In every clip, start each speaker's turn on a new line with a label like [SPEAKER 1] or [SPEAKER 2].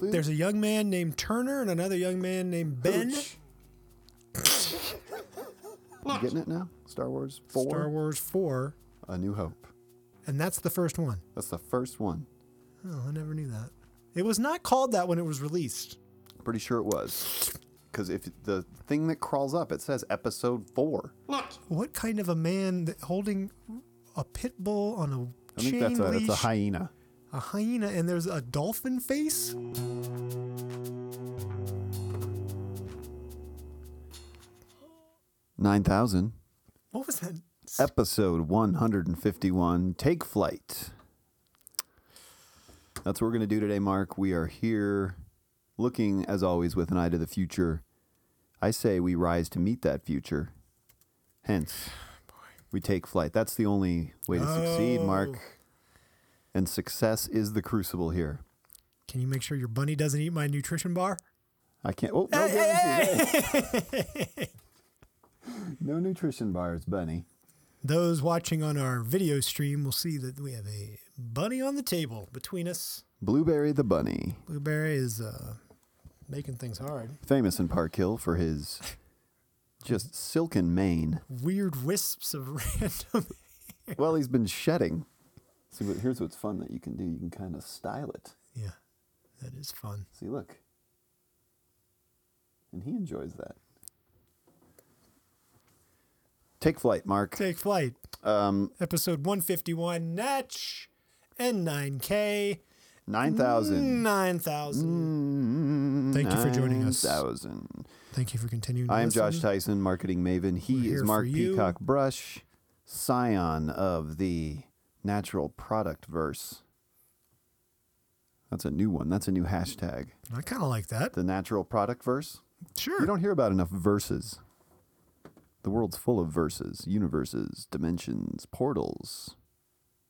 [SPEAKER 1] food.
[SPEAKER 2] There's a young man named Turner and another young man named Ben.
[SPEAKER 1] Hooch. you getting it now? Star Wars Four,
[SPEAKER 2] Star Wars 4,
[SPEAKER 1] A New Hope.
[SPEAKER 2] and that's the first one.
[SPEAKER 1] That's the first one.
[SPEAKER 2] Oh, I never knew that. It was not called that when it was released.
[SPEAKER 1] Pretty sure it was, because if the thing that crawls up, it says Episode Four.
[SPEAKER 2] What kind of a man that, holding a pit bull on a
[SPEAKER 1] I
[SPEAKER 2] chain
[SPEAKER 1] think that's a
[SPEAKER 2] leash,
[SPEAKER 1] that's a hyena.
[SPEAKER 2] a hyena, and there's a dolphin face?
[SPEAKER 1] Nine thousand.
[SPEAKER 2] What was that?
[SPEAKER 1] Episode 151 Take Flight. That's what we're going to do today, Mark. We are here looking, as always, with an eye to the future. I say we rise to meet that future. Hence, we take flight. That's the only way to succeed, Mark.
[SPEAKER 2] Oh.
[SPEAKER 1] And success is the crucible here.
[SPEAKER 2] Can you make sure your bunny doesn't eat my nutrition bar?
[SPEAKER 1] I can't. Oh, no, warranty. no nutrition bars, Bunny.
[SPEAKER 2] Those watching on our video stream will see that we have a bunny on the table between us.
[SPEAKER 1] Blueberry the Bunny.
[SPEAKER 2] Blueberry is uh, making things hard.
[SPEAKER 1] famous in Park Hill for his just silken mane.
[SPEAKER 2] Weird wisps of random.
[SPEAKER 1] Well, he's been shedding. See, but here's what's fun that you can do. You can kind of style it.
[SPEAKER 2] yeah, that is fun.
[SPEAKER 1] See, look. And he enjoys that. Take flight, Mark.
[SPEAKER 2] Take flight.
[SPEAKER 1] Um,
[SPEAKER 2] Episode 151, Natch and Mm, 9K,
[SPEAKER 1] 9,000.
[SPEAKER 2] 9,000.
[SPEAKER 1] Mm,
[SPEAKER 2] Thank you for joining us.
[SPEAKER 1] 9,000.
[SPEAKER 2] Thank you for continuing. to
[SPEAKER 1] I am Josh
[SPEAKER 2] listen.
[SPEAKER 1] Tyson, marketing maven. He
[SPEAKER 2] We're here
[SPEAKER 1] is Mark
[SPEAKER 2] for you.
[SPEAKER 1] Peacock Brush, scion of the natural product verse. That's a new one. That's a new hashtag.
[SPEAKER 2] I kind of like that.
[SPEAKER 1] The natural product verse.
[SPEAKER 2] Sure.
[SPEAKER 1] You don't hear about enough verses. The world's full of verses, universes, dimensions, portals.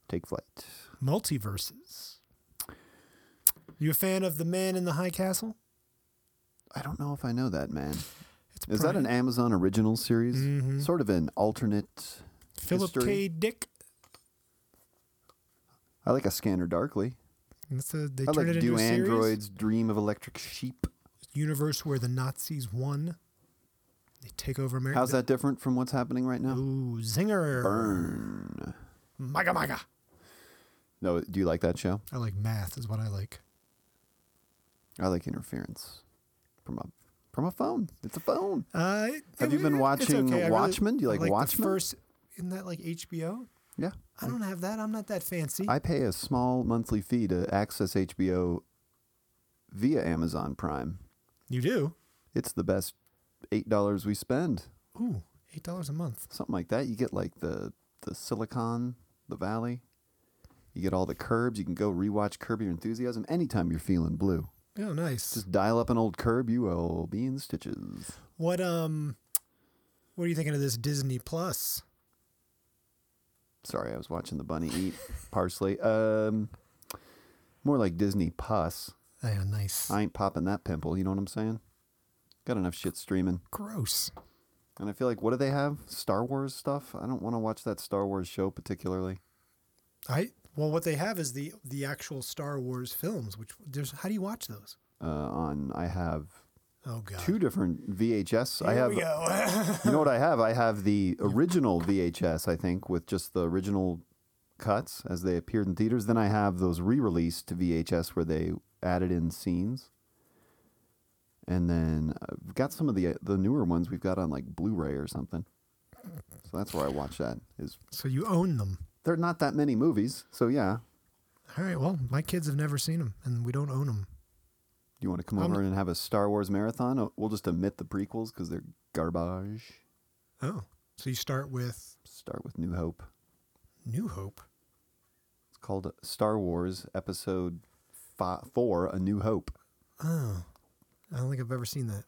[SPEAKER 1] Take flight.
[SPEAKER 2] Multiverses. You a fan of The Man in the High Castle?
[SPEAKER 1] I don't know if I know that, man.
[SPEAKER 2] It's
[SPEAKER 1] Is that
[SPEAKER 2] Brian-
[SPEAKER 1] an Amazon original series?
[SPEAKER 2] Mm-hmm.
[SPEAKER 1] Sort of an alternate.
[SPEAKER 2] Philip K.
[SPEAKER 1] history?
[SPEAKER 2] Dick?
[SPEAKER 1] I like a Scanner Darkly.
[SPEAKER 2] That's a, they
[SPEAKER 1] I
[SPEAKER 2] turned
[SPEAKER 1] like
[SPEAKER 2] it into
[SPEAKER 1] Do
[SPEAKER 2] a series.
[SPEAKER 1] Androids Dream of Electric Sheep?
[SPEAKER 2] Universe where the Nazis won. They take over America.
[SPEAKER 1] How's that different from what's happening right now?
[SPEAKER 2] Ooh, zinger.
[SPEAKER 1] Burn.
[SPEAKER 2] Maga maga.
[SPEAKER 1] No, do you like that show?
[SPEAKER 2] I like math is what I like.
[SPEAKER 1] I like Interference from a from a phone. It's a phone.
[SPEAKER 2] Uh,
[SPEAKER 1] Have you been
[SPEAKER 2] it's
[SPEAKER 1] watching
[SPEAKER 2] okay. I really-
[SPEAKER 1] Watchmen? Do you
[SPEAKER 2] I
[SPEAKER 1] like
[SPEAKER 2] the
[SPEAKER 1] Watchmen?
[SPEAKER 2] first, isn't that like HBO?
[SPEAKER 1] Yeah.
[SPEAKER 2] I don't have that. I'm not that fancy.
[SPEAKER 1] I pay a small monthly fee to access HBO via Amazon Prime.
[SPEAKER 2] you do?
[SPEAKER 1] It's the best eight dollars we spend.
[SPEAKER 2] Ooh, eight dollars a month.
[SPEAKER 1] Something like that. You get like the the Silicon, the Valley. You get all the curbs. You can go rewatch Curb Your Enthusiasm anytime you're feeling blue.
[SPEAKER 2] Oh, nice.
[SPEAKER 1] Just dial up an old curb, you will be in stitches.
[SPEAKER 2] What um, what are you thinking of this Disney Plus?
[SPEAKER 1] Sorry, I was watching the bunny eat parsley. Um, more like Disney pus.
[SPEAKER 2] Oh, nice.
[SPEAKER 1] I ain't popping that pimple. You know what I'm saying? Got enough shit streaming,
[SPEAKER 2] Gross.
[SPEAKER 1] and I feel like what do they have? Star Wars stuff. I don't want to watch that Star Wars show particularly.
[SPEAKER 2] I well, what they have is the the actual Star Wars films. Which there's how do you watch those?
[SPEAKER 1] Uh, on I have
[SPEAKER 2] Oh God.
[SPEAKER 1] two different VHS. I
[SPEAKER 2] Here
[SPEAKER 1] have.
[SPEAKER 2] we go.
[SPEAKER 1] You know what I have? I have the original VHS. I think with just the original cuts as they appeared in theaters. Then I have those re-released to VHS where they added in scenes. And then I've got some of the the newer ones we've got on like Blu-ray or something. So that's where I watch that. Is
[SPEAKER 2] so you own them.
[SPEAKER 1] there are not that many movies, so yeah.
[SPEAKER 2] All right. Well, my kids have never seen them, and we don't own them.
[SPEAKER 1] You want to come over and have a Star Wars marathon? Oh, We'll just omit the prequels because they're garbage.
[SPEAKER 2] Oh, so you start with
[SPEAKER 1] Start with New Hope.
[SPEAKER 2] New Hope.
[SPEAKER 1] It's called uh, Star Wars Episode fi- Four: A New Hope.
[SPEAKER 2] Oh, I don't think I've ever seen that.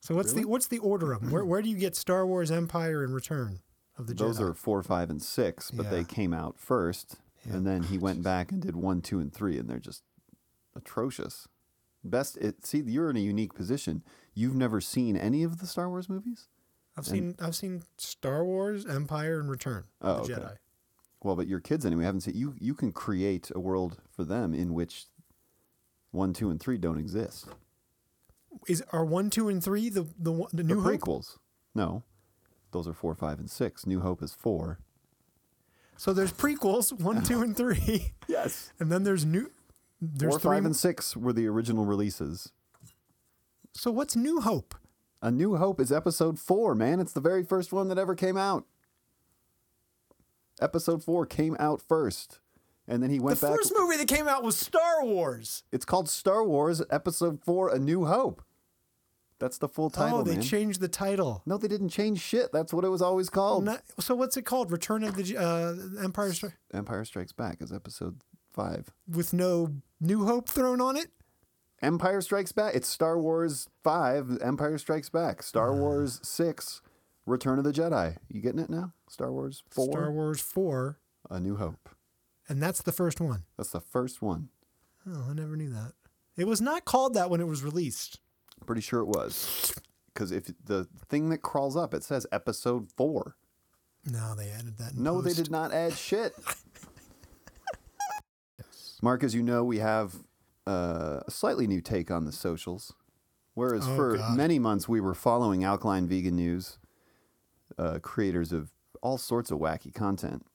[SPEAKER 2] So what's the what's the order of 'em? Where where do you get Star Wars Empire and Return of the
[SPEAKER 1] Those
[SPEAKER 2] Jedi?
[SPEAKER 1] are four, five, and six, but
[SPEAKER 2] Yeah.
[SPEAKER 1] they came out first, and then he went back and did one, two, and three, and they're just atrocious. Best, it, see, you're in a unique position. You've never seen any of the Star Wars movies.
[SPEAKER 2] I've seen I've seen Star Wars Empire and Return
[SPEAKER 1] Oh,
[SPEAKER 2] of the
[SPEAKER 1] okay.
[SPEAKER 2] Jedi.
[SPEAKER 1] Well, but your kids anyway haven't seen. You you can create a world for them in which one, two, and three don't exist.
[SPEAKER 2] Is are one, two, and three the the, one- the
[SPEAKER 1] They're
[SPEAKER 2] new Hope?
[SPEAKER 1] prequels. No, those are four, five, and six. New Hope is four.
[SPEAKER 2] So there's prequels one, two, and three,
[SPEAKER 1] Yes.
[SPEAKER 2] and then there's new. There's
[SPEAKER 1] four,
[SPEAKER 2] three.
[SPEAKER 1] five,
[SPEAKER 2] mo-
[SPEAKER 1] and six were the original releases.
[SPEAKER 2] so what's New Hope?
[SPEAKER 1] A New Hope is episode four, man. It's the very first one that ever came out. Episode four came out first, and then he
[SPEAKER 2] The
[SPEAKER 1] went back.
[SPEAKER 2] first movie that came out was Star Wars.
[SPEAKER 1] It's called Star Wars Episode Four: A New Hope. That's the full title,
[SPEAKER 2] oh, they
[SPEAKER 1] man.
[SPEAKER 2] changed the title.
[SPEAKER 1] no, they didn't change shit. That's what it was always called.
[SPEAKER 2] Not- so what's it called? Return of the J- uh, Empire Stri-
[SPEAKER 1] Empire Strikes Back is Episode Five.
[SPEAKER 2] with no New Hope thrown on it.
[SPEAKER 1] Empire Strikes Back. It's Star Wars Five. Empire Strikes Back. Star Wars Six. Return of the Jedi. You getting it now? Star Wars Four.
[SPEAKER 2] Star Wars Four,
[SPEAKER 1] A New Hope.
[SPEAKER 2] and that's the first one.
[SPEAKER 1] That's the first one.
[SPEAKER 2] Oh, I never knew that. It was not called that when it was released.
[SPEAKER 1] Pretty sure it was. Because if the thing that crawls up, it says Episode Four.
[SPEAKER 2] No, they added that. In
[SPEAKER 1] No, they
[SPEAKER 2] post.
[SPEAKER 1] did not add shit. Mark, as you know, we have uh, a slightly new take on the socials. Whereas
[SPEAKER 2] Oh,
[SPEAKER 1] for
[SPEAKER 2] God.
[SPEAKER 1] many months we were following Alkaline Vegan News, uh, creators of all sorts of wacky content.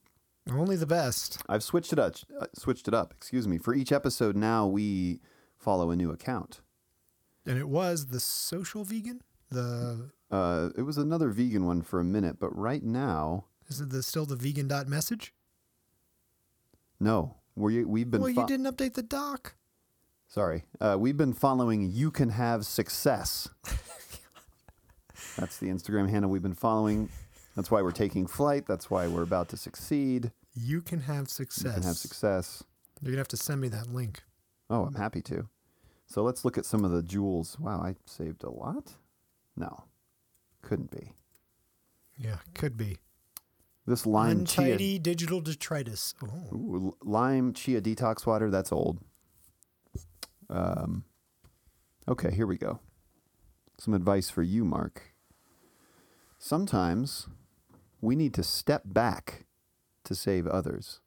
[SPEAKER 2] Only the best.
[SPEAKER 1] I've switched it up. uh, Switched it up. Excuse me. For each episode now, we follow a new account.
[SPEAKER 2] And it was the social vegan. The
[SPEAKER 1] Uh, it was another vegan one for a minute, but right now,
[SPEAKER 2] is it the, still the vegan dot message?
[SPEAKER 1] no. We we've been
[SPEAKER 2] well,
[SPEAKER 1] fo-
[SPEAKER 2] you didn't update the doc.
[SPEAKER 1] Sorry. Uh, we've been following You Can Have Success. That's the Instagram handle we've been following. That's why we're taking flight. That's why we're about to succeed
[SPEAKER 2] You can have success.
[SPEAKER 1] and have success.
[SPEAKER 2] You're gonna have to send me that link.
[SPEAKER 1] Oh, I'm happy to. So let's look at some of the jewels. Wow, I saved a lot? No, couldn't be.
[SPEAKER 2] Yeah, could be
[SPEAKER 1] This lime chia,
[SPEAKER 2] untidy digital detritus. Oh,
[SPEAKER 1] Ooh, lime chia detox water, that's old. Um, okay, here we go. Some advice for you, Mark. Sometimes we need to step back to save others.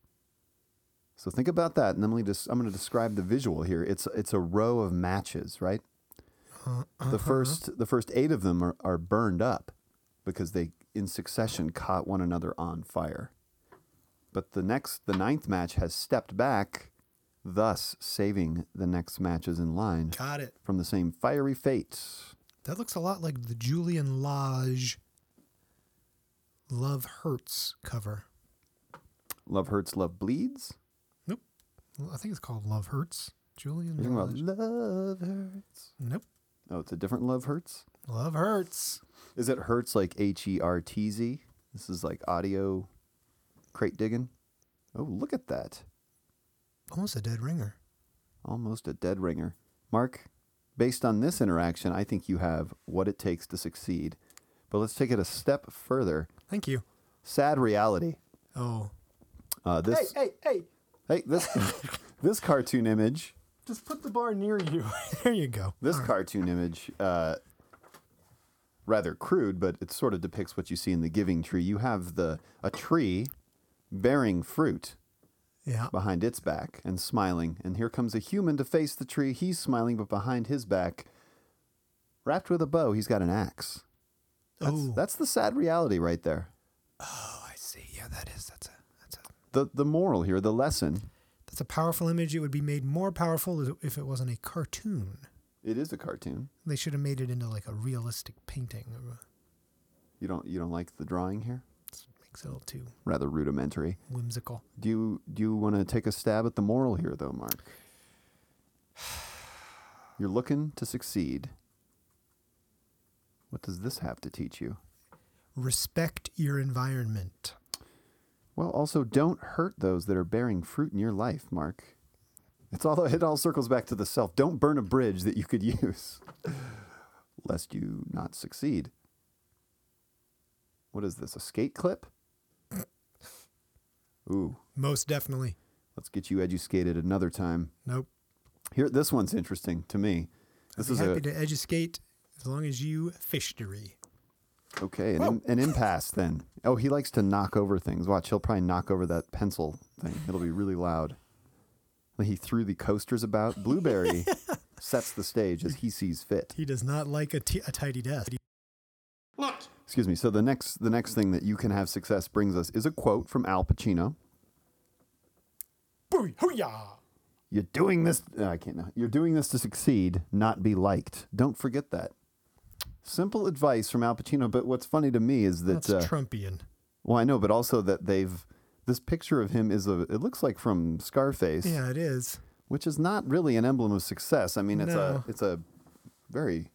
[SPEAKER 1] So think about that, and then we just, I'm going to describe the visual here. It's it's a row of matches, right?
[SPEAKER 2] uh,
[SPEAKER 1] The first the first eight of them are, are burned up because they in succession caught one another on fire. But the next the ninth match has stepped back, thus saving the next matches in line
[SPEAKER 2] got it.
[SPEAKER 1] from the same fiery fate.
[SPEAKER 2] That looks a lot like the Julian Lodge Love Hurts cover.
[SPEAKER 1] Love hurts, love bleeds.
[SPEAKER 2] Nope. Well, I think it's called Love Hurts. Julian
[SPEAKER 1] You're talking
[SPEAKER 2] Lodge.
[SPEAKER 1] about love hurts.
[SPEAKER 2] Nope.
[SPEAKER 1] Oh, it's a different love hurts.
[SPEAKER 2] Love Hurts.
[SPEAKER 1] Is it hurts like H E R T Z? This is like audio crate digging. Oh, look at that.
[SPEAKER 2] Almost a dead ringer.
[SPEAKER 1] Almost a dead ringer. Mark, based on this interaction, I think you have what it takes to succeed. But let's take it a step further.
[SPEAKER 2] Thank you.
[SPEAKER 1] Sad reality.
[SPEAKER 2] Oh.
[SPEAKER 1] Uh, this
[SPEAKER 2] hey, hey.
[SPEAKER 1] hey, this this cartoon image
[SPEAKER 2] Just put the bar near you. there you go.
[SPEAKER 1] This cartoon image, uh, rather crude, but it sort of depicts what you see in the Giving Tree. You have the a tree bearing fruit
[SPEAKER 2] Yeah.
[SPEAKER 1] behind its back and smiling, and here comes a human to face the tree. He's smiling, but behind his back, wrapped with a bow, he's got an axe. That's,
[SPEAKER 2] Oh.
[SPEAKER 1] that's the sad reality right there.
[SPEAKER 2] Oh, I see. Yeah, that is. That's a. That's a.
[SPEAKER 1] The the moral here, the lesson.
[SPEAKER 2] That's a powerful image. It would be made more powerful if it wasn't a cartoon.
[SPEAKER 1] It is a cartoon.
[SPEAKER 2] They should have made it into like a realistic painting. of a-
[SPEAKER 1] You don't you don't like the drawing here?
[SPEAKER 2] Makes it a little too
[SPEAKER 1] Rather rudimentary.
[SPEAKER 2] whimsical.
[SPEAKER 1] Do you do you want to take a stab at the moral here, though, Mark? You're looking to succeed. What does this have to teach you?
[SPEAKER 2] Respect your environment.
[SPEAKER 1] Well, also don't hurt those that are bearing fruit in your life, Mark. It's all it all circles back to the self. Don't burn a bridge that you could use, lest you not succeed. What is this? A skate clip? Ooh,
[SPEAKER 2] Most definitely.
[SPEAKER 1] let's get you educated another time.
[SPEAKER 2] Nope.
[SPEAKER 1] Here, this one's interesting to me. This
[SPEAKER 2] I'd
[SPEAKER 1] is
[SPEAKER 2] be happy
[SPEAKER 1] a,
[SPEAKER 2] to educate as long as you fishery.
[SPEAKER 1] okay, an, im- an impasse then. Oh, he likes to knock over things. Watch, he'll probably knock over that pencil thing. It'll be really loud. He threw the coasters about. Blueberry. sets the stage as he sees fit.
[SPEAKER 2] He does not like a, t- a tidy desk.
[SPEAKER 1] Excuse me. So the next the next thing that you can have success brings us is a quote from Al Pacino.
[SPEAKER 2] Booyah! hooyah!
[SPEAKER 1] You're doing this. uh, I can't. Now. You're doing this to succeed, not be liked. Don't forget that. Simple advice from Al Pacino. But what's funny to me is that uh,
[SPEAKER 2] That's Trumpian.
[SPEAKER 1] Well, I know, but also that they've this picture of him is a it looks like from Scarface,
[SPEAKER 2] Yeah, it is.
[SPEAKER 1] which is not really an emblem of success. I mean, it's
[SPEAKER 2] No.
[SPEAKER 1] a it's a very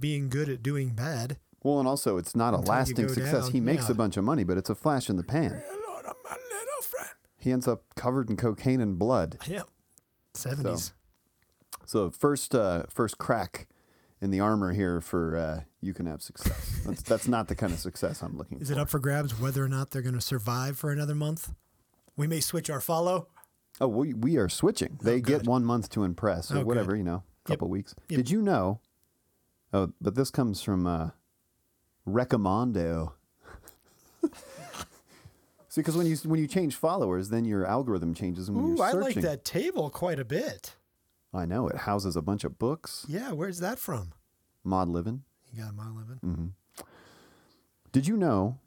[SPEAKER 2] Being good at doing bad.
[SPEAKER 1] well, and also it's not a
[SPEAKER 2] Until you
[SPEAKER 1] lasting
[SPEAKER 2] go
[SPEAKER 1] success.
[SPEAKER 2] down,
[SPEAKER 1] he makes
[SPEAKER 2] yeah.
[SPEAKER 1] a bunch of money, but it's a flash in the pan.
[SPEAKER 2] Hello, to my little friend.
[SPEAKER 1] He ends up covered in cocaine and blood.
[SPEAKER 2] Yep. Seventies.
[SPEAKER 1] So first uh, first crack in the armor here for uh, you can have success. That's that's not the kind of success I'm looking
[SPEAKER 2] Is
[SPEAKER 1] for.
[SPEAKER 2] it up for grabs whether or not they're going to survive for another month? We may switch our follow.
[SPEAKER 1] Oh, we we are switching. They get
[SPEAKER 2] Oh, good.
[SPEAKER 1] one month to impress or
[SPEAKER 2] Oh,
[SPEAKER 1] whatever,
[SPEAKER 2] good.
[SPEAKER 1] you know, couple weeks.
[SPEAKER 2] Yep.
[SPEAKER 1] Did you know? Oh, but this comes from uh, Recommando. See, because when you when you change followers, then your algorithm changes, and when
[SPEAKER 2] Ooh,
[SPEAKER 1] Mm, you're
[SPEAKER 2] I
[SPEAKER 1] searching,
[SPEAKER 2] like that table quite a bit.
[SPEAKER 1] I know it houses a bunch of books.
[SPEAKER 2] Yeah, where's that from?
[SPEAKER 1] Mod living.
[SPEAKER 2] You got my living.
[SPEAKER 1] Mm. Did you know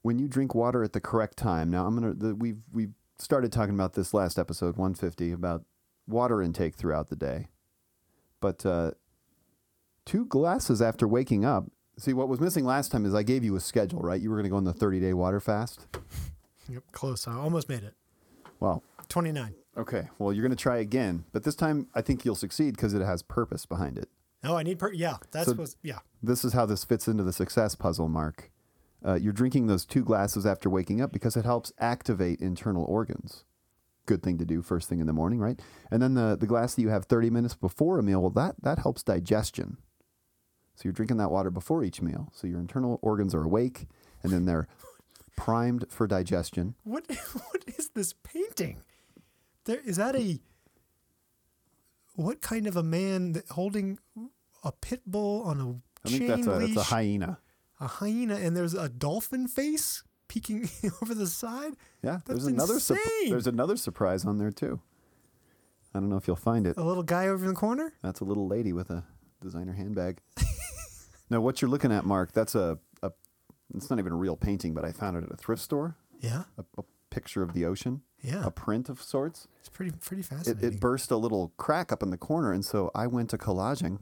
[SPEAKER 1] when you drink water at the correct time? Now I'm gonna the, we've we've started talking about this last episode 150 about water intake throughout the day, but uh, two glasses after waking up. See what was missing last time is I gave you a schedule, right? You were gonna go on the 30 day water fast.
[SPEAKER 2] Yep, close. I almost made it.
[SPEAKER 1] Well,
[SPEAKER 2] Twenty nine.
[SPEAKER 1] okay. Well, you're gonna try again, but this time I think you'll succeed because it has purpose behind it.
[SPEAKER 2] Oh, I need per. Yeah, that's
[SPEAKER 1] So-
[SPEAKER 2] was. Yeah,
[SPEAKER 1] this is how this fits into the success puzzle, Mark. Uh, you're drinking those two glasses after waking up because it helps activate internal organs. Good thing to do first thing in the morning, right? And then the, the glass that you have 30 minutes before a meal, well, that, that helps digestion. So you're drinking that water before each meal. So your internal organs are awake and then they're primed for digestion.
[SPEAKER 2] What what is this painting? There is that a what kind of a man that, holding a pit bull on a
[SPEAKER 1] I think
[SPEAKER 2] chain
[SPEAKER 1] that's a,
[SPEAKER 2] leash,
[SPEAKER 1] that's a hyena.
[SPEAKER 2] a hyena, and there's a dolphin face peeking over the side.
[SPEAKER 1] Yeah,
[SPEAKER 2] that's
[SPEAKER 1] there's another
[SPEAKER 2] insane.
[SPEAKER 1] surp- there's another surprise on there too. I don't know if you'll find it.
[SPEAKER 2] a little guy over in the corner.
[SPEAKER 1] That's a little lady with a designer handbag. now, what you're looking at, Mark, that's a, a it's not even a real painting, but I found it at a thrift store.
[SPEAKER 2] Yeah,
[SPEAKER 1] A, a picture of the ocean,
[SPEAKER 2] yeah,
[SPEAKER 1] a print of sorts.
[SPEAKER 2] it's pretty pretty
[SPEAKER 1] It,
[SPEAKER 2] fascinating.
[SPEAKER 1] it burst a little crack up in the corner, and so I went to collaging.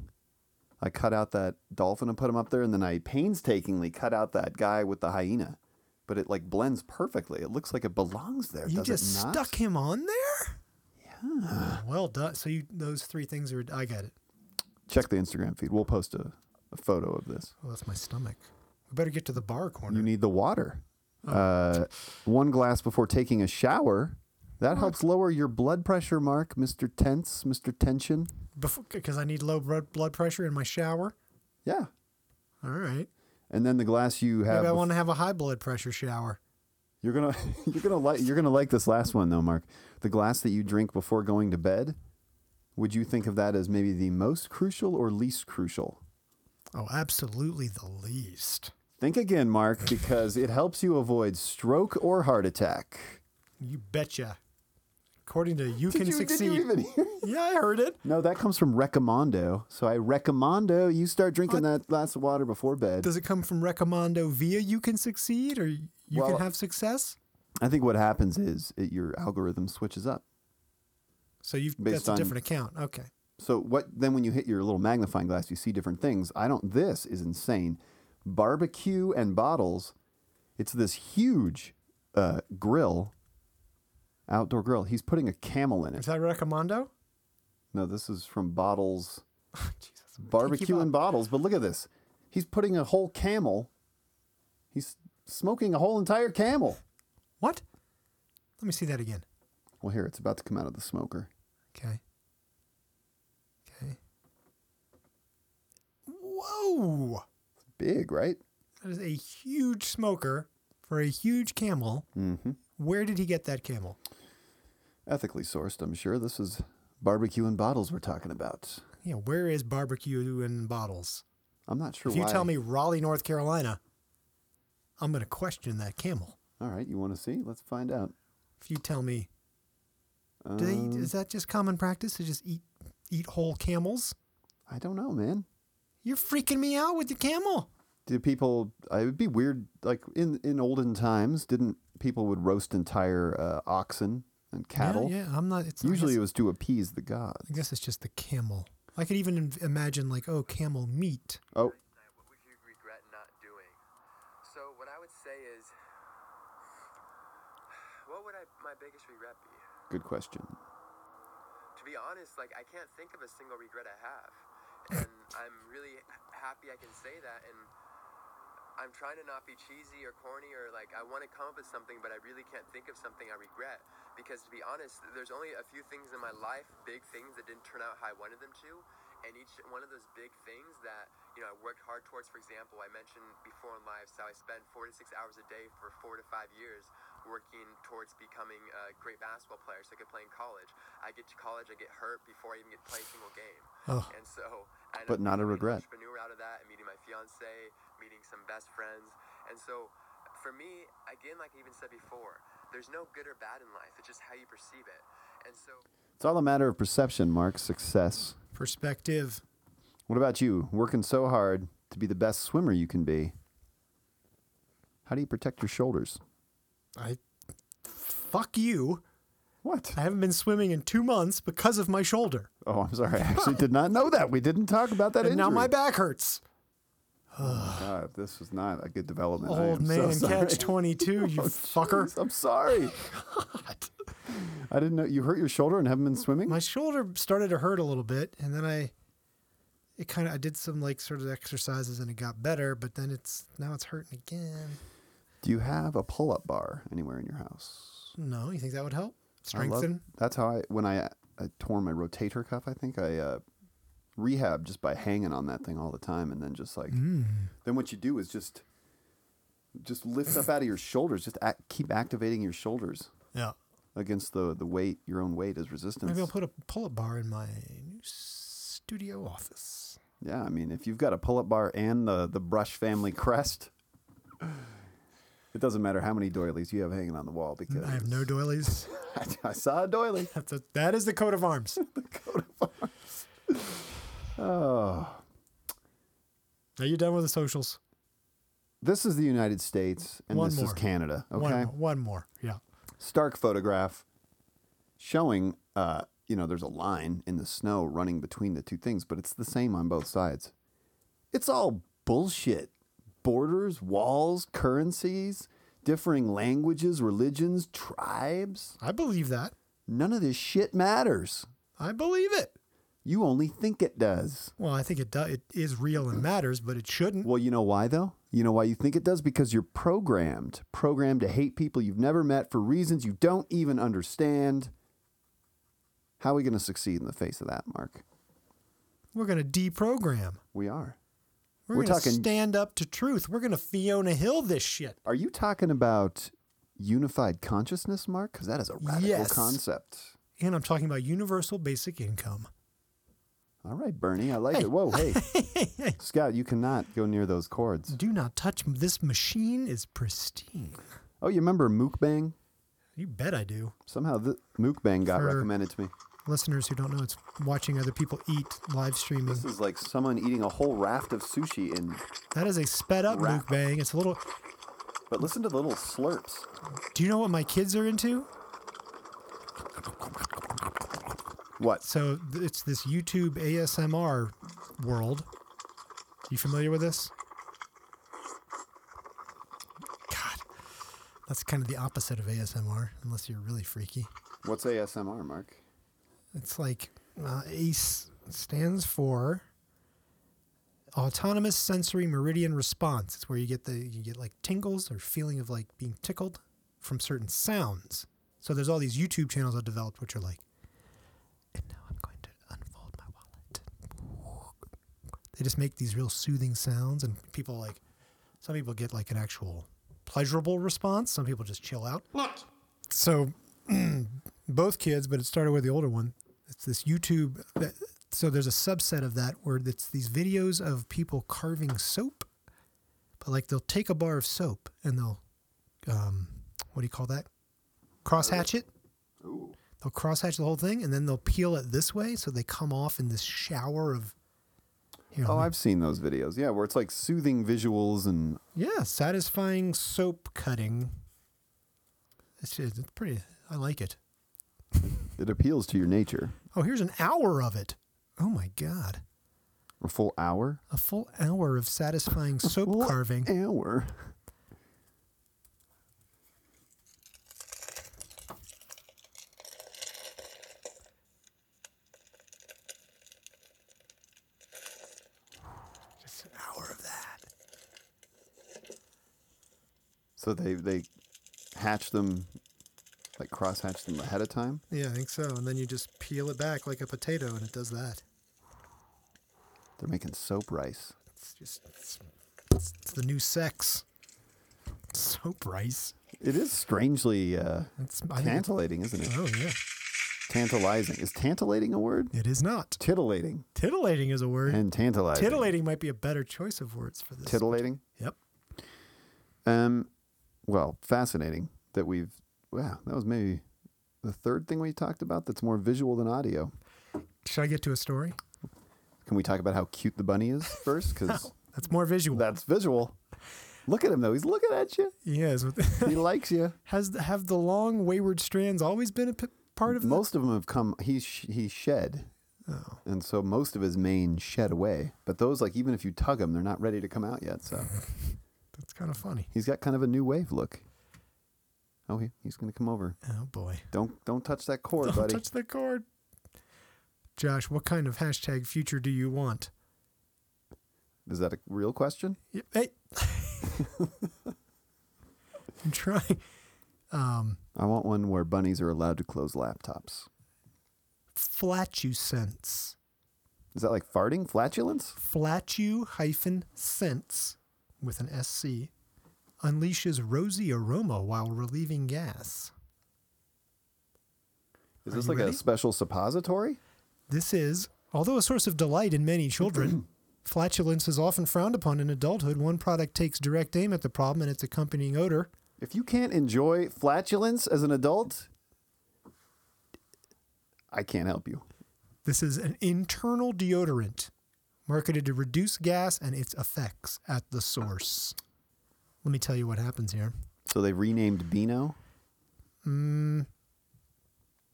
[SPEAKER 1] I cut out that dolphin and put him up there, and then I painstakingly cut out that guy with the hyena. But it like blends perfectly. It looks like it belongs there.
[SPEAKER 2] you
[SPEAKER 1] does
[SPEAKER 2] just
[SPEAKER 1] it not?
[SPEAKER 2] stuck him on there. Yeah. Well done. So you those three things are. I got it.
[SPEAKER 1] Check the Instagram feed. We'll post a, a photo of this.
[SPEAKER 2] Well, that's my stomach. We better get to the bar corner.
[SPEAKER 1] You need the water.
[SPEAKER 2] Oh.
[SPEAKER 1] Uh, one glass before taking a shower. That helps lower your blood pressure, Mark, Mr. Tense, Mr. Tension.
[SPEAKER 2] because I need low bro- blood pressure in my shower.
[SPEAKER 1] Yeah.
[SPEAKER 2] All right.
[SPEAKER 1] And then the glass you have
[SPEAKER 2] Maybe I
[SPEAKER 1] bef-
[SPEAKER 2] want to have a high blood pressure shower.
[SPEAKER 1] you're going to you're going to like you're going to like this last one though, Mark. The glass that you drink before going to bed. Would you think of that as maybe the most crucial or least crucial?
[SPEAKER 2] Oh, absolutely the least.
[SPEAKER 1] Think again, Mark, because it helps you avoid stroke or heart attack.
[SPEAKER 2] You betcha. According to you
[SPEAKER 1] Did
[SPEAKER 2] can
[SPEAKER 1] you,
[SPEAKER 2] succeed.
[SPEAKER 1] Did you even hear
[SPEAKER 2] Yeah, I heard it.
[SPEAKER 1] No, that comes from recommando. So I recommando you start drinking that glass of water before bed.
[SPEAKER 2] Does it come from Recommando via you can succeed or you
[SPEAKER 1] Well-
[SPEAKER 2] can have success?
[SPEAKER 1] I think what happens is it, your algorithm switches up.
[SPEAKER 2] So you've
[SPEAKER 1] Based
[SPEAKER 2] that's a
[SPEAKER 1] on-
[SPEAKER 2] different account. Okay.
[SPEAKER 1] So what then when you hit your little magnifying glass, you see different things. I don't this is insane. Barbecue and bottles. It's this huge uh, grill, outdoor grill. He's putting a camel in
[SPEAKER 2] Is
[SPEAKER 1] it.
[SPEAKER 2] that Recommando?
[SPEAKER 1] No, this is from bottles.
[SPEAKER 2] Jesus.
[SPEAKER 1] barbecue and bottles. But look at this. He's putting a whole camel. He's smoking a whole entire camel.
[SPEAKER 2] What? Let me see that again.
[SPEAKER 1] Well, here it's about to come out of the smoker.
[SPEAKER 2] Okay. Okay. Whoa.
[SPEAKER 1] Big, right?
[SPEAKER 2] That is a huge smoker for a huge camel.
[SPEAKER 1] Mm-hmm.
[SPEAKER 2] Where did he get that camel?
[SPEAKER 1] Ethically sourced, I'm sure. This is barbecue and bottles we're talking about.
[SPEAKER 2] Yeah, where is barbecue in bottles?
[SPEAKER 1] I'm not sure
[SPEAKER 2] If you
[SPEAKER 1] why.
[SPEAKER 2] tell me Raleigh, North Carolina, I'm going to question that camel.
[SPEAKER 1] All right, you want to see? Let's find out.
[SPEAKER 2] If you tell me,
[SPEAKER 1] Um,
[SPEAKER 2] do they, is that just common practice to just eat eat whole camels?
[SPEAKER 1] I don't know, man.
[SPEAKER 2] You're freaking me out with your camel.
[SPEAKER 1] Do people? It would be weird. Like in in olden times, didn't people would roast entire uh, oxen and
[SPEAKER 2] Yeah,
[SPEAKER 1] cattle?
[SPEAKER 2] Yeah, I'm not. It's, I
[SPEAKER 1] Usually,
[SPEAKER 2] guess-
[SPEAKER 1] it was to appease the gods.
[SPEAKER 2] I guess it's just the camel. I could even im- imagine like, oh, camel meat.
[SPEAKER 1] Oh,
[SPEAKER 3] that what would you regret not doing? So what I would say is, what would I my biggest regret be?
[SPEAKER 1] good question.
[SPEAKER 3] To be honest, like I can't think of a single regret I have, and I'm really happy I can say that. And I'm trying to not be cheesy or corny or like I want to come up with something, but I really can't think of something I regret because to be honest, there's only a few things in my life, big things that didn't turn out how I wanted them to, and each one of those big things that you know I worked hard towards. For example, I mentioned before in lives how I spent four to six hours a day for four to five years working towards becoming a great basketball player so I could play in college. I get to college, I get hurt before I even get to play a single game,
[SPEAKER 2] Ugh.
[SPEAKER 3] and so. I
[SPEAKER 1] Oh. But not a
[SPEAKER 3] becoming an
[SPEAKER 1] regret.
[SPEAKER 3] entrepreneur out of that and meeting my fiance, meeting some best friends. And so for me, again, like I even said before, there's no good or bad in life. It's just how you perceive it. And so
[SPEAKER 1] It's all a matter of perception, Mark. Success.
[SPEAKER 2] Perspective.
[SPEAKER 1] What about you? Working so hard to be the best swimmer you can be. How do you protect your shoulders?
[SPEAKER 2] I fuck you.
[SPEAKER 1] What?
[SPEAKER 2] I haven't been swimming in two months because of my shoulder,
[SPEAKER 1] Oh, I'm sorry. I actually did not know that. We didn't talk about that
[SPEAKER 2] and now
[SPEAKER 1] injury.
[SPEAKER 2] my back hurts.
[SPEAKER 1] God, this was not a good development. I
[SPEAKER 2] Old
[SPEAKER 1] am so
[SPEAKER 2] man,
[SPEAKER 1] sorry. Oh,
[SPEAKER 2] catch twenty two. You fucker.
[SPEAKER 1] Jeez, I'm sorry. I didn't know you hurt your shoulder and haven't been swimming.
[SPEAKER 2] my shoulder started to hurt a little bit and then i it kind of i did some like sort of exercises and it got better but then it's now it's hurting again
[SPEAKER 1] Do you have a pull-up bar anywhere in your house?
[SPEAKER 2] no you think that would help
[SPEAKER 1] I love-
[SPEAKER 2] strengthen
[SPEAKER 1] that's how I when I, I tore my rotator cuff. I think I uh, rehabbed just by hanging on that thing all the time, and then just like
[SPEAKER 2] Mm.
[SPEAKER 1] then what you do is just just lift up out of your shoulders. Just act, keep activating your shoulders
[SPEAKER 2] yeah
[SPEAKER 1] against the the weight. Your own weight as resistance.
[SPEAKER 2] maybe i'll put a pull-up bar in my new studio office
[SPEAKER 1] Yeah, I mean, if you've got a pull-up bar and the the brush family crest, it doesn't matter how many doilies you have hanging on the wall because
[SPEAKER 2] i have no doilies
[SPEAKER 1] I saw a doily.
[SPEAKER 2] That's a, that is the coat of arms
[SPEAKER 1] Oh,
[SPEAKER 2] are you done with the socials
[SPEAKER 1] this is the United States, and
[SPEAKER 2] One
[SPEAKER 1] this is
[SPEAKER 2] more.
[SPEAKER 1] Canada. Okay,
[SPEAKER 2] one, more- one more yeah
[SPEAKER 1] stark photograph showing. Uh, you know, there's a line in the snow running between the two things, but it's the same on both sides. It's all bullshit. Borders, walls, currencies, differing languages, religions, tribes.
[SPEAKER 2] i believe that
[SPEAKER 1] None of this shit matters.
[SPEAKER 2] i believe it
[SPEAKER 1] You only think it does.
[SPEAKER 2] well i think it does it is real and matters but it shouldn't
[SPEAKER 1] Well, you know why though? You know why you think it does? Because you're programmed, programmed to hate people you've never met for reasons you don't even understand. How are we going to succeed in the face of that, Mark?
[SPEAKER 2] we're going to deprogram
[SPEAKER 1] We are.
[SPEAKER 2] We're,
[SPEAKER 1] We're
[SPEAKER 2] gonna
[SPEAKER 1] talking-
[SPEAKER 2] stand up to truth. We're gonna Fiona Hill this shit.
[SPEAKER 1] Are you talking about unified consciousness, Mark? Because that is a radical
[SPEAKER 2] Yes.
[SPEAKER 1] concept.
[SPEAKER 2] And I'm talking about universal basic income.
[SPEAKER 1] All right, Bernie, I like it. Whoa, hey. Scott, you cannot go near those chords.
[SPEAKER 2] Do not touch m- this machine is pristine.
[SPEAKER 1] Oh, you remember Mookbang?
[SPEAKER 2] You bet I do.
[SPEAKER 1] Somehow the Mookbang got
[SPEAKER 2] For-
[SPEAKER 1] recommended to me.
[SPEAKER 2] Listeners who don't know, it's watching other people eat live streaming.
[SPEAKER 1] This is like someone eating a whole raft of sushi in.
[SPEAKER 2] That is a sped up
[SPEAKER 1] Rap.
[SPEAKER 2] mukbang. It's a little.
[SPEAKER 1] But listen to the little slurps.
[SPEAKER 2] Do you know what my kids are into?
[SPEAKER 1] What?
[SPEAKER 2] So th- it's this YouTube ASMR world. You familiar with this? God, that's kind of the opposite of ASMR, unless you're really freaky.
[SPEAKER 1] What's ASMR, Mark?
[SPEAKER 2] It's like uh, ACE stands for Autonomous Sensory Meridian Response. It's where you get the you get like tingles or feeling of like being tickled from certain sounds. So there's all these YouTube channels I've developed which are like, and now I'm going to unfold my wallet. They just make these real soothing sounds, and people like, some people get like an actual pleasurable response. Some people just chill out. Look. So both kids, but it started with the older one. It's this YouTube. That, so there's a subset of that where it's these videos of people carving soap, but like they'll take a bar of soap and they'll, um, what do you call that? Cross hatch it. They'll crosshatch the whole thing and then they'll peel it this way so they come off in this shower of. Here,
[SPEAKER 1] Oh,
[SPEAKER 2] let me-
[SPEAKER 1] I've seen those videos. Yeah, where it's like soothing visuals and
[SPEAKER 2] yeah, satisfying soap cutting. It's, just, it's pretty. I like it.
[SPEAKER 1] it appeals to your nature.
[SPEAKER 2] Oh, here's an hour of it. Oh my god,
[SPEAKER 1] A full hour?
[SPEAKER 2] a full hour of satisfying soap
[SPEAKER 1] Full
[SPEAKER 2] carving.
[SPEAKER 1] Hour.
[SPEAKER 2] Just an hour of that.
[SPEAKER 1] So they they hatch them, like cross hatch them ahead of time.
[SPEAKER 2] Yeah, I think so. And then you just peel it back like a potato, and it does that.
[SPEAKER 1] They're making soap rice.
[SPEAKER 2] It's just it's, it's the new sex. Soap rice.
[SPEAKER 1] It is strangely uh,
[SPEAKER 2] It's I think it's-
[SPEAKER 1] tantalating, isn't it?
[SPEAKER 2] Oh yeah,
[SPEAKER 1] Tantalizing. Is tantalating a word?
[SPEAKER 2] it is not.
[SPEAKER 1] Titillating
[SPEAKER 2] Titillating is a word.
[SPEAKER 1] and tantalizing.
[SPEAKER 2] Titillating might be a better choice of words for this.
[SPEAKER 1] Titillating.
[SPEAKER 2] Yep.
[SPEAKER 1] Um, well, fascinating that we've. Wow, that was maybe the third thing we talked about that's more visual than audio.
[SPEAKER 2] Should I get to a story?
[SPEAKER 1] Can we talk about how cute the bunny is first? Because
[SPEAKER 2] That's more visual.
[SPEAKER 1] that's visual. Look at him though; he's looking at you.
[SPEAKER 2] yes.
[SPEAKER 1] He likes you.
[SPEAKER 2] Has the- have the long wayward strands always been a p- part of the-
[SPEAKER 1] Most of them have come. He sh- he shed,
[SPEAKER 2] Oh.
[SPEAKER 1] and so most of his mane shed away. But those, like even if you tug them, they're not ready to come out yet. So
[SPEAKER 2] That's kind of funny.
[SPEAKER 1] he's got kind of a new wave look. Oh, he, he's gonna come over.
[SPEAKER 2] Oh boy.
[SPEAKER 1] Don't don't touch that cord,
[SPEAKER 2] Don't
[SPEAKER 1] buddy.
[SPEAKER 2] touch the cord. Josh, what kind of hashtag future do you want?
[SPEAKER 1] Is that a real question?
[SPEAKER 2] Y- Hey. I'm trying. Um,
[SPEAKER 1] I want one where bunnies are allowed to close laptops.
[SPEAKER 2] flatusense.
[SPEAKER 1] Is that like farting flatulence?
[SPEAKER 2] Flatu hyphen sense with an SC unleashes rosy aroma while relieving gas.
[SPEAKER 1] Is
[SPEAKER 2] Are
[SPEAKER 1] this
[SPEAKER 2] you
[SPEAKER 1] like a
[SPEAKER 2] ready?
[SPEAKER 1] special suppository?
[SPEAKER 2] This is, although a source of delight in many children, flatulence is often frowned upon in adulthood. One product takes direct aim at the problem and its accompanying odor.
[SPEAKER 1] If you can't enjoy flatulence as an adult, I can't help you.
[SPEAKER 2] This is an internal deodorant marketed to reduce gas and its effects at the source. Let me tell you what happens here.
[SPEAKER 1] So they renamed Beano.
[SPEAKER 2] Mm.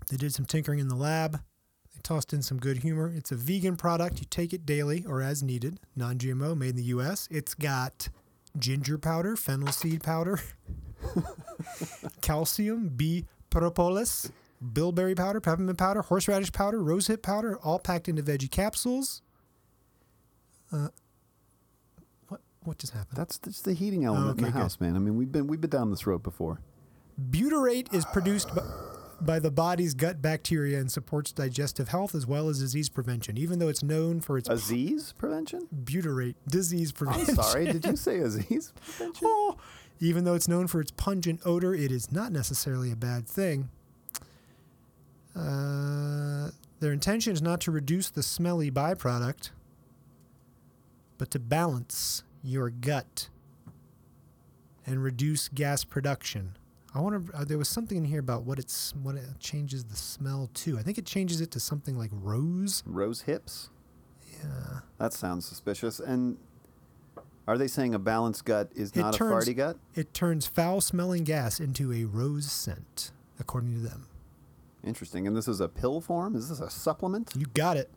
[SPEAKER 2] They did some tinkering in the lab. They tossed in some good humor. It's a vegan product. You take it daily or as needed, non GMO, made in the US. It's got ginger powder, fennel seed powder, calcium, B. propolis, bilberry powder, peppermint powder, horseradish powder, rosehip powder, all packed into veggie capsules. Uh, what, what just happened?
[SPEAKER 1] That's just the heating element
[SPEAKER 2] Oh, okay,
[SPEAKER 1] in the
[SPEAKER 2] good.
[SPEAKER 1] house, man. I mean, we've been we've been down this road before.
[SPEAKER 2] Butyrate is produced by, by the body's gut bacteria and supports digestive health as well as disease prevention, even though it's known for its
[SPEAKER 1] Aziz prevention?
[SPEAKER 2] butyrate disease
[SPEAKER 1] I'm
[SPEAKER 2] prevention.
[SPEAKER 1] sorry, did you say Aziz prevention?
[SPEAKER 2] Oh, even though it's known for its pungent odor, it is not necessarily a bad thing. Uh, their intention is not to reduce the smelly byproduct, but to balance your gut and reduce gas production. I want to. Uh, there was something in here about what it's what it changes the smell to. I think it changes it to something like rose.
[SPEAKER 1] Rose hips?
[SPEAKER 2] Yeah.
[SPEAKER 1] That sounds suspicious. And are they saying a balanced gut is
[SPEAKER 2] It
[SPEAKER 1] not
[SPEAKER 2] turns-
[SPEAKER 1] a farty gut?
[SPEAKER 2] It turns foul-smelling gas into a rose scent, according to them.
[SPEAKER 1] Interesting. And this is a pill form? Is this a supplement?
[SPEAKER 2] You got it.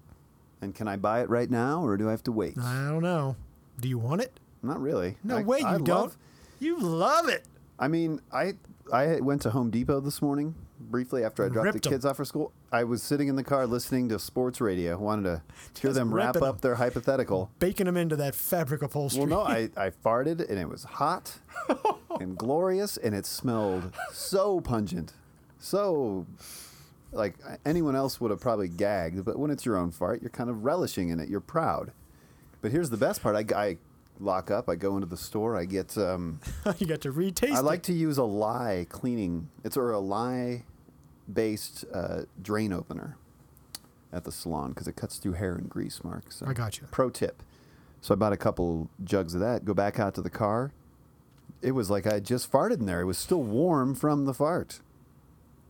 [SPEAKER 1] And can I buy it right now, or do I have to wait?
[SPEAKER 2] I don't know. Do you want it?
[SPEAKER 1] Not really.
[SPEAKER 2] Uh, No
[SPEAKER 1] I,
[SPEAKER 2] way you
[SPEAKER 1] I
[SPEAKER 2] don't.
[SPEAKER 1] love-
[SPEAKER 2] You love it.
[SPEAKER 1] I mean, I I went to Home Depot this morning briefly after I dropped
[SPEAKER 2] Ripped
[SPEAKER 1] the
[SPEAKER 2] 'em.
[SPEAKER 1] kids off for school. I was sitting in the car listening to sports radio. Wanted to hear
[SPEAKER 2] Just
[SPEAKER 1] them wrap
[SPEAKER 2] ripping 'em.
[SPEAKER 1] up their hypothetical.
[SPEAKER 2] Baking them into that fabric upholstery.
[SPEAKER 1] Well, no, I, I farted and it was hot and glorious and it smelled so pungent. So, like, anyone else would have probably gagged, but when it's your own fart, you're kind of relishing in it. You're proud. But here's the best part I, I lock up, I go into the store, I get. Um,
[SPEAKER 2] you got to retaste
[SPEAKER 1] I like
[SPEAKER 2] it.
[SPEAKER 1] to use a lye cleaning. It's or a lye based uh, drain opener at the salon because it cuts through hair and grease marks. So
[SPEAKER 2] I gotcha.
[SPEAKER 1] Pro tip. So I bought a couple jugs of that. Go back out to the car. It was like I had just farted in there. It was still warm from the fart.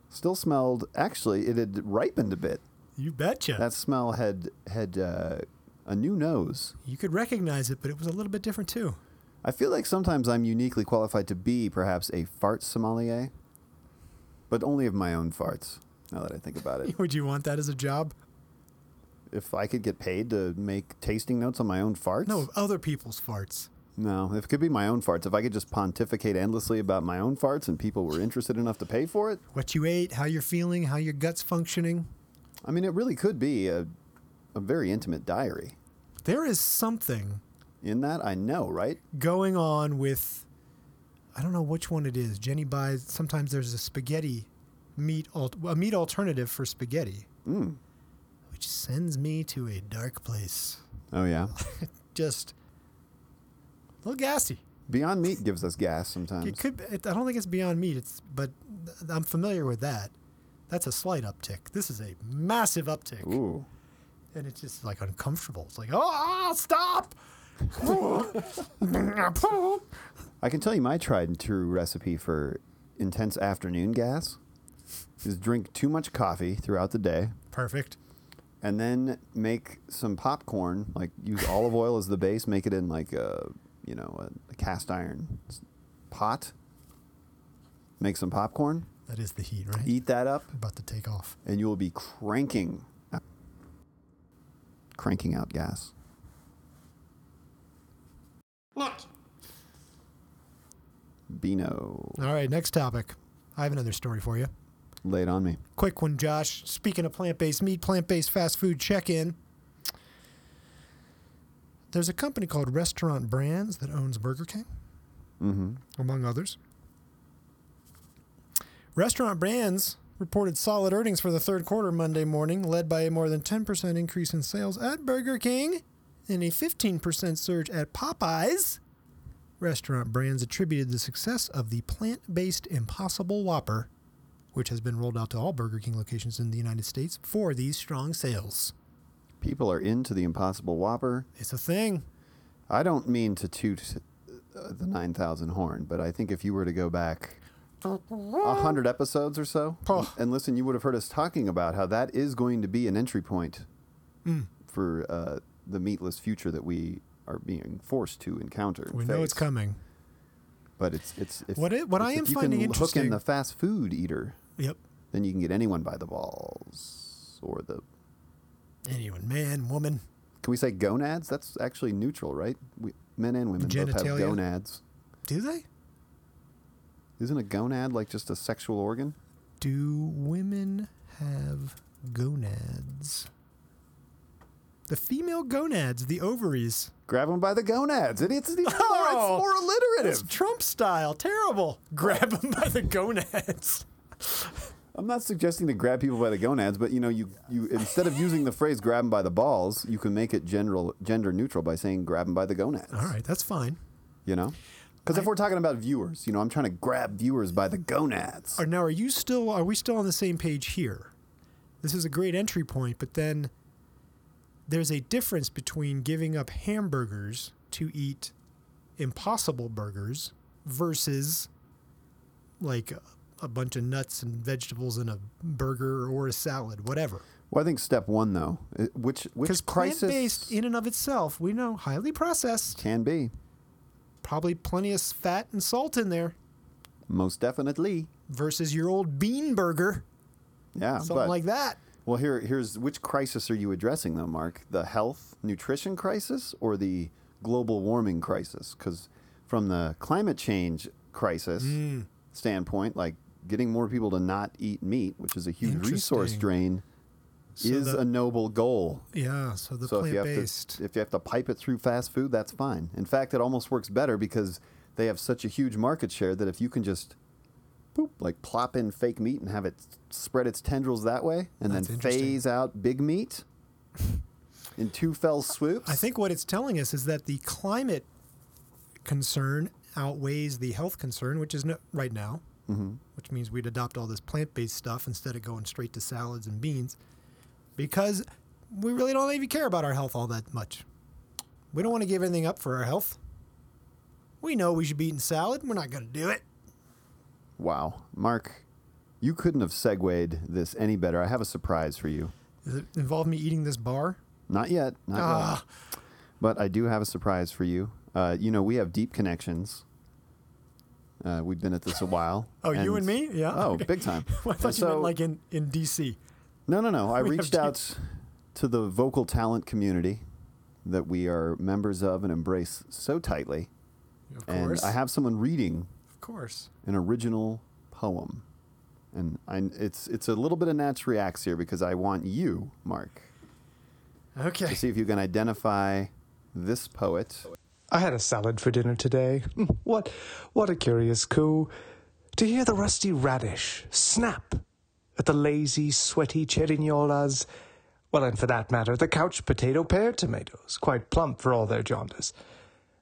[SPEAKER 1] Still smelled. Actually, it had ripened a bit.
[SPEAKER 2] You betcha.
[SPEAKER 1] That smell had had uh, a new nose.
[SPEAKER 2] you could recognize it, but it was a little bit different too.
[SPEAKER 1] I feel like sometimes I'm uniquely qualified to be perhaps a fart sommelier, but only of my own farts. Now that I think about it,
[SPEAKER 2] Would you want that as a job?
[SPEAKER 1] if I could get paid to make tasting notes on my own farts,
[SPEAKER 2] No, of other people's farts.
[SPEAKER 1] no, if it could be my own farts, if I could just pontificate endlessly about my own farts and people were interested enough to pay for it,
[SPEAKER 2] What you ate, how you're feeling, how your gut's functioning.
[SPEAKER 1] I mean, it really could be a, a very intimate diary.
[SPEAKER 2] There is something
[SPEAKER 1] In that, I know, right?
[SPEAKER 2] going on with I don't know which one it is. Jenny buys sometimes there's a spaghetti meat al- a meat alternative for spaghetti,
[SPEAKER 1] Mm.
[SPEAKER 2] which sends me to a dark place.
[SPEAKER 1] Oh yeah.
[SPEAKER 2] Just a little gassy.
[SPEAKER 1] Beyond Meat gives us gas sometimes.
[SPEAKER 2] It could. It, I don't think it's beyond meat. It's but th- I'm familiar with that. That's a slight uptick. This is a massive uptick,
[SPEAKER 1] Ooh.
[SPEAKER 2] and it's just like uncomfortable. It's like, oh, ah, stop.
[SPEAKER 1] I can tell you my tried and true recipe for intense afternoon gas is drink too much coffee throughout the day
[SPEAKER 2] Perfect.
[SPEAKER 1] and then make some popcorn, like use olive oil as the base, make it in like a, you know, a, a cast iron s- pot. Make some popcorn,
[SPEAKER 2] That is the heat, right?
[SPEAKER 1] eat that up,
[SPEAKER 2] About to take off.
[SPEAKER 1] and you will be cranking cranking out gas.
[SPEAKER 4] Look,
[SPEAKER 1] Beano
[SPEAKER 2] All right, next topic. I have another story for you.
[SPEAKER 1] laid on me.
[SPEAKER 2] Quick one, Josh. Speaking of plant based meat, plant based fast food check in. There's a company called Restaurant Brands that owns Burger King, among others. Restaurant Brands reported solid earnings for the third quarter Monday morning, led by a more than 10% increase in sales at Burger King and a 15% surge at Popeyes. Restaurant Brands attributed the success of the plant based Impossible Whopper which has been rolled out to all Burger King locations in the United States for these strong sales.
[SPEAKER 1] People are into the Impossible Whopper.
[SPEAKER 2] It's a thing.
[SPEAKER 1] I don't mean to toot uh, the 9000 horn, but I think if you were to go back a 100 episodes or so
[SPEAKER 2] Oh.
[SPEAKER 1] and listen, you would have heard us talking about how that is going to be an entry point
[SPEAKER 2] Hmm.
[SPEAKER 1] for uh, the meatless future that we are being forced to encounter. and
[SPEAKER 2] We know it's
[SPEAKER 1] face.
[SPEAKER 2] coming.
[SPEAKER 1] But it's it's if,
[SPEAKER 2] What I- what
[SPEAKER 1] it's
[SPEAKER 2] I am
[SPEAKER 1] if you
[SPEAKER 2] finding
[SPEAKER 1] can hook in
[SPEAKER 2] interesting-
[SPEAKER 1] the fast food eater,
[SPEAKER 2] Yep.
[SPEAKER 1] then you can get anyone by the balls or the
[SPEAKER 2] Anyone, man, woman,
[SPEAKER 1] Can we say gonads? That's actually neutral, right? We, men and women both have
[SPEAKER 2] Genitalia.
[SPEAKER 1] gonads.
[SPEAKER 2] do they?
[SPEAKER 1] Isn't a gonad like just a sexual organ?
[SPEAKER 2] Do women have gonads? The female gonads, the ovaries.
[SPEAKER 1] Grab them by the gonads. It, it's, even more,
[SPEAKER 2] Oh!
[SPEAKER 1] it's more
[SPEAKER 2] It's
[SPEAKER 1] alliterative.
[SPEAKER 2] Trump style. Terrible. Grab them by the gonads.
[SPEAKER 1] I'm not suggesting to grab people by the gonads, but you know, you, you instead of using the phrase "grab them by the balls," you can make it general gender neutral by saying "grab them by the gonads."
[SPEAKER 2] All right, that's fine.
[SPEAKER 1] You know, because if we're talking about viewers, you know, I'm trying to grab viewers by the gonads.
[SPEAKER 2] Are, now, are you still? Are we still on the same page here? This is a great entry point, but then there's a difference between giving up hamburgers to eat impossible burgers versus like a, a bunch of nuts and vegetables in a burger or a salad, whatever.
[SPEAKER 1] Well, I think step one though, uh, which
[SPEAKER 2] Because
[SPEAKER 1] which
[SPEAKER 2] plant-based,
[SPEAKER 1] crisis
[SPEAKER 2] in and of itself, we know highly processed,
[SPEAKER 1] can be
[SPEAKER 2] probably plenty of fat and salt in there,
[SPEAKER 1] most definitely,
[SPEAKER 2] versus your old bean burger,
[SPEAKER 1] yeah,
[SPEAKER 2] something
[SPEAKER 1] but-
[SPEAKER 2] like that.
[SPEAKER 1] Well, here, here's which crisis are you addressing, though, Mark? The health, nutrition crisis, or the global warming crisis? Because from the climate change crisis
[SPEAKER 2] Mm.
[SPEAKER 1] standpoint, like getting more people to not eat meat, which is a huge resource
[SPEAKER 2] Interesting.
[SPEAKER 1] drain, is
[SPEAKER 2] the-
[SPEAKER 1] a noble goal.
[SPEAKER 2] Yeah, so the
[SPEAKER 1] So if you have
[SPEAKER 2] plant-based.
[SPEAKER 1] to if you have to pipe it through fast food, that's fine. In fact, it almost works better because they have such a huge market share that if you can just boop, like plop in fake meat and have it spread its tendrils that way and
[SPEAKER 2] That's
[SPEAKER 1] then
[SPEAKER 2] interesting.
[SPEAKER 1] phase out big meat in two fell swoops.
[SPEAKER 2] I think what it's telling us is that the climate concern outweighs the health concern, which is no, right now,
[SPEAKER 1] Mm-hmm.
[SPEAKER 2] which means we'd adopt all this plant based stuff instead of going straight to salads and beans because we really don't even care about our health all that much. We don't want to give anything up for our health. We know we should be eating salad. We're not going to do it.
[SPEAKER 1] Wow. Mark, You couldn't have segued this any better. I have a surprise for you.
[SPEAKER 2] Does it involve me eating this bar?
[SPEAKER 1] Not yet. Not
[SPEAKER 2] Ah.
[SPEAKER 1] yet. But I do have a surprise for you. Uh, you know, we have deep connections. Uh, we've been at this a while.
[SPEAKER 2] Oh, you and me? Yeah.
[SPEAKER 1] Oh,
[SPEAKER 2] Okay.
[SPEAKER 1] big time.
[SPEAKER 2] I thought you meant like in, in DC.
[SPEAKER 1] No, no, no. I
[SPEAKER 2] We have
[SPEAKER 1] reached
[SPEAKER 2] deep-
[SPEAKER 1] out to the vocal talent community that we are members of and embrace so tightly.
[SPEAKER 2] Of
[SPEAKER 1] And
[SPEAKER 2] course.
[SPEAKER 1] I have someone reading
[SPEAKER 2] of course.
[SPEAKER 1] an original poem. And I, it's, it's a little bit of Nat's reacts here because I want you, Mark,
[SPEAKER 2] Okay.
[SPEAKER 1] to see if you can identify this poet.
[SPEAKER 4] I had a salad for dinner today. Mm, What, what a curious coup! To hear the rusty radish snap at the lazy, sweaty cherignolas, well, and for that matter, the couch potato pear tomatoes, quite plump for all their jaundice,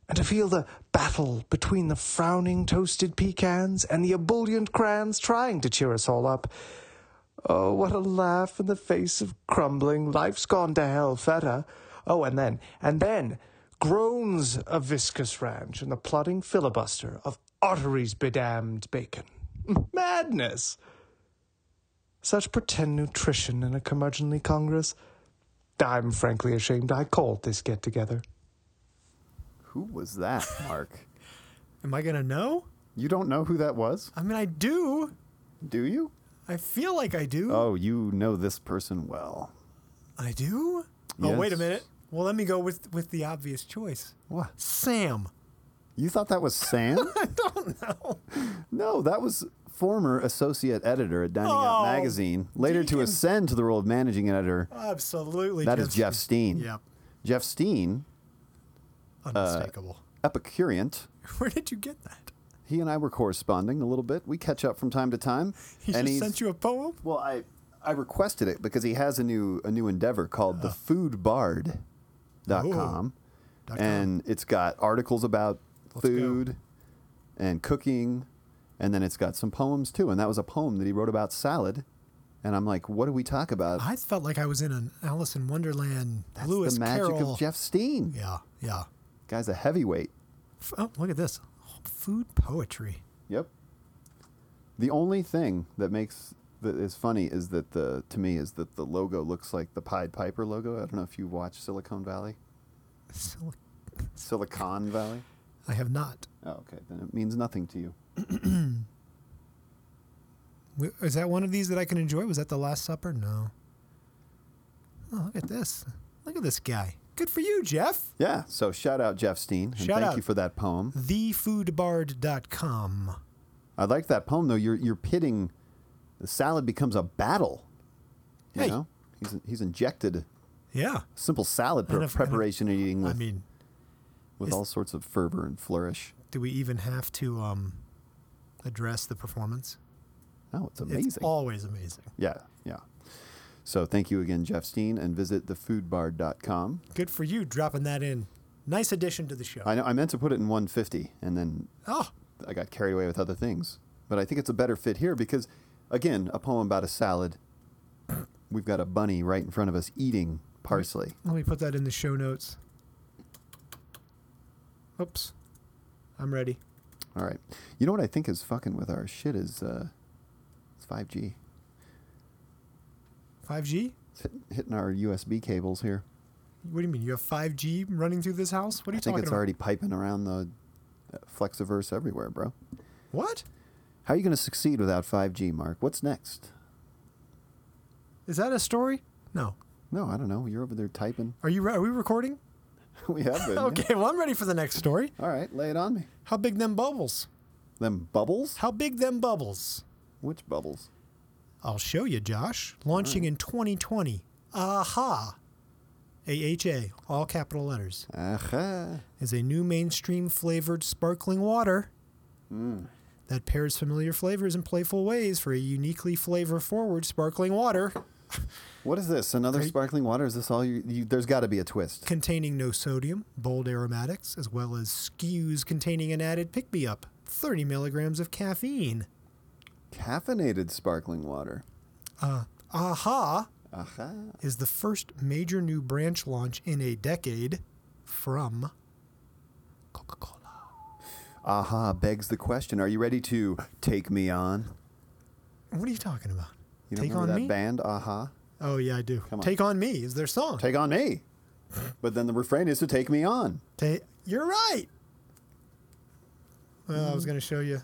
[SPEAKER 4] and to feel the battle between the frowning toasted pecans and the ebullient crayons trying to cheer us all up. Oh, what a laugh in the face of crumbling, life's gone to hell, feta. Oh, and then, and then, groans of viscous ranch and the plodding filibuster of arteries bedamned bacon. Madness! Such pretend nutrition in a curmudgeonly congress. I'm frankly ashamed I called this get together.
[SPEAKER 1] Who was that, Mark?
[SPEAKER 2] Am I going to know?
[SPEAKER 1] you don't know who that was,
[SPEAKER 2] I mean, I do.
[SPEAKER 1] do you?
[SPEAKER 2] I feel like I do.
[SPEAKER 1] Oh, you know this person well.
[SPEAKER 2] I do? Oh, wait a
[SPEAKER 1] Yes.
[SPEAKER 2] minute. Well, let me go with, with the obvious choice
[SPEAKER 1] What?
[SPEAKER 2] Sam.
[SPEAKER 1] You thought that was Sam?
[SPEAKER 2] I don't know.
[SPEAKER 1] no, that was former associate editor at Dining Out
[SPEAKER 2] Oh,
[SPEAKER 1] Magazine, later to
[SPEAKER 2] Deacon.
[SPEAKER 1] ascend to the role of managing editor.
[SPEAKER 2] Absolutely.
[SPEAKER 1] That is Jeff Uh, Steen.
[SPEAKER 2] Yep.
[SPEAKER 1] Jeff Steen,
[SPEAKER 2] Unmistakable.
[SPEAKER 1] Epicurean.
[SPEAKER 2] Where did you get that?
[SPEAKER 1] He and I were corresponding a little bit. We catch up from time to time.
[SPEAKER 2] He
[SPEAKER 1] and
[SPEAKER 2] just
[SPEAKER 1] he's-
[SPEAKER 2] sent you a poem?
[SPEAKER 1] Well, I I requested it because he has a new a new endeavor called the foodbard.com
[SPEAKER 2] Dot com.
[SPEAKER 1] and it's got articles about
[SPEAKER 2] Let's go.
[SPEAKER 1] food and cooking and then it's got some poems too and that was a poem that he wrote about salad and I'm like, what do we talk about?
[SPEAKER 2] I felt like I was in an Alice in Wonderland,
[SPEAKER 1] That's
[SPEAKER 2] Ah, Lewis
[SPEAKER 1] the magic
[SPEAKER 2] Carroll.
[SPEAKER 1] of Jeff Steen.
[SPEAKER 2] Yeah, yeah.
[SPEAKER 1] Guy's a heavyweight.
[SPEAKER 2] F- Oh, look at this. Food poetry.
[SPEAKER 1] Yep. The only thing that makes that is funny is that the to me is that the logo looks like the Pied Piper logo. I don't know if you watch Silicon Valley.
[SPEAKER 2] Sil-
[SPEAKER 1] Silicon Valley.
[SPEAKER 2] I have not.
[SPEAKER 1] Oh, okay. Then it means nothing to you.
[SPEAKER 2] W- Is that one of these that I can enjoy? Was that the Last Supper? No. Oh, look at this. Look at this guy. Good for you, Jeff.
[SPEAKER 1] Yeah. So shout out Jeff Steen and
[SPEAKER 2] Shout
[SPEAKER 1] thank
[SPEAKER 2] out.
[SPEAKER 1] you for that poem.
[SPEAKER 2] Thefoodbard.com.
[SPEAKER 1] I like that poem though. You're you're pitting the salad becomes a battle. You
[SPEAKER 2] Hey.
[SPEAKER 1] know? He's he's injected
[SPEAKER 2] Yeah.
[SPEAKER 1] simple salad
[SPEAKER 2] And
[SPEAKER 1] pre-
[SPEAKER 2] if- and if-
[SPEAKER 1] preparation and eating
[SPEAKER 2] I
[SPEAKER 1] with
[SPEAKER 2] mean,
[SPEAKER 1] with all sorts of fervor and flourish.
[SPEAKER 2] do we even have to um, address the performance?
[SPEAKER 1] Oh, it's amazing.
[SPEAKER 2] It's always amazing.
[SPEAKER 1] Yeah, yeah. So thank you again, Jeff Steen, and visit thefoodbar.com.
[SPEAKER 2] Good for you dropping that in. Nice addition to the show.
[SPEAKER 1] I know I meant to put it in 150, and then
[SPEAKER 2] oh,
[SPEAKER 1] I got carried away with other things. But I think it's a better fit here because, again, a poem about a salad. We've got a bunny right in front of us eating parsley.
[SPEAKER 2] Let me put that in the show notes. Oops. I'm ready.
[SPEAKER 1] All right. You know what I think is fucking with our shit is uh, it's 5G.
[SPEAKER 2] 5G?
[SPEAKER 1] It's hit, hitting our USB cables here.
[SPEAKER 2] What do you mean? You have 5G running through this house? What are you
[SPEAKER 1] I think
[SPEAKER 2] talking
[SPEAKER 1] it's
[SPEAKER 2] about?
[SPEAKER 1] already piping around the uh, Flexiverse everywhere, bro.
[SPEAKER 2] what?
[SPEAKER 1] How are you going to succeed without 5G, Mark? What's next?
[SPEAKER 2] Is that a story? No.
[SPEAKER 1] No, I don't know. You're over there typing.
[SPEAKER 2] Are you re- are we recording?
[SPEAKER 1] we have been. yeah.
[SPEAKER 2] Okay, well I'm ready for the next story.
[SPEAKER 1] All right, lay it on me.
[SPEAKER 2] How big them bubbles?
[SPEAKER 1] Them bubbles?
[SPEAKER 2] How big them bubbles?
[SPEAKER 1] Which bubbles?
[SPEAKER 2] I'll show you, Josh. Launching in 2020. Aha. AHA, all capital letters,
[SPEAKER 1] Aha.
[SPEAKER 2] is a new mainstream flavored sparkling water that pairs familiar flavors in playful ways for a uniquely flavor forward sparkling water
[SPEAKER 1] What is this? Another sparkling water? Is this all you? you there's got to be a twist.
[SPEAKER 2] containing no sodium, bold aromatics, as well as skews containing an added pick me up 30 milligrams of caffeine.
[SPEAKER 1] Caffeinated sparkling water.
[SPEAKER 2] Uh, Aha
[SPEAKER 1] Aha.
[SPEAKER 2] is the first major new branch launch in a decade from Coca Cola.
[SPEAKER 1] Aha begs the question Are you ready to take me on?
[SPEAKER 2] What are you talking about?
[SPEAKER 1] You don't
[SPEAKER 2] Take on
[SPEAKER 1] remember that
[SPEAKER 2] me.
[SPEAKER 1] band? Aha.
[SPEAKER 2] Oh yeah, I do.
[SPEAKER 1] on.
[SPEAKER 2] Take on me is their song.
[SPEAKER 1] Take on me. But then the refrain is to take me on.
[SPEAKER 2] Ta- you're right. Well, I was going to show you,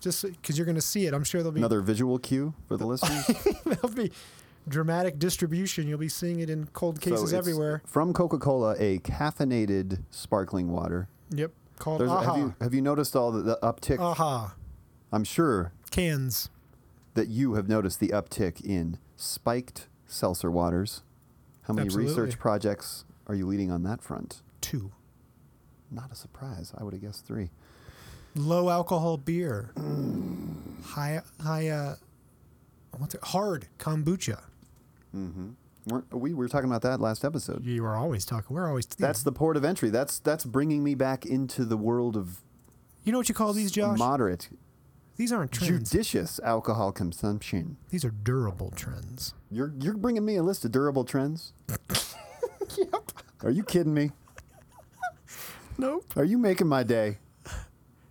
[SPEAKER 2] just because you're going to see it. I'm sure there'll be
[SPEAKER 1] Another visual cue for the listeners.
[SPEAKER 2] there'll be dramatic distribution. You'll be seeing it in cold
[SPEAKER 1] So
[SPEAKER 2] cases
[SPEAKER 1] it's
[SPEAKER 2] everywhere.
[SPEAKER 1] From Coca Cola, a caffeinated sparkling water.
[SPEAKER 2] Yep, called
[SPEAKER 1] There's,
[SPEAKER 2] aha Ah.
[SPEAKER 1] have, you, have you noticed all the, the uptick?
[SPEAKER 2] aha
[SPEAKER 1] I'm sure
[SPEAKER 2] cans.
[SPEAKER 1] that you have noticed the uptick in spiked seltzer waters. How many
[SPEAKER 2] Absolutely.
[SPEAKER 1] research projects are you leading on that front?
[SPEAKER 2] Two
[SPEAKER 1] Not a surprise. I would have guessed three.
[SPEAKER 2] low alcohol beer, high high uh, what's it? Hard kombucha.
[SPEAKER 1] Weren't, we were talking about that last episode.
[SPEAKER 2] You were always talking. We're always
[SPEAKER 1] That's the port of entry. That's that's bringing me back into the world of
[SPEAKER 2] You know what you call these, Josh?
[SPEAKER 1] moderate,
[SPEAKER 2] these aren't trends.
[SPEAKER 1] judicious alcohol consumption.
[SPEAKER 2] these are durable trends.
[SPEAKER 1] You're you're bringing me a list of durable trends.
[SPEAKER 2] Yep.
[SPEAKER 1] Are you kidding me?
[SPEAKER 2] Nope.
[SPEAKER 1] Are you making my day?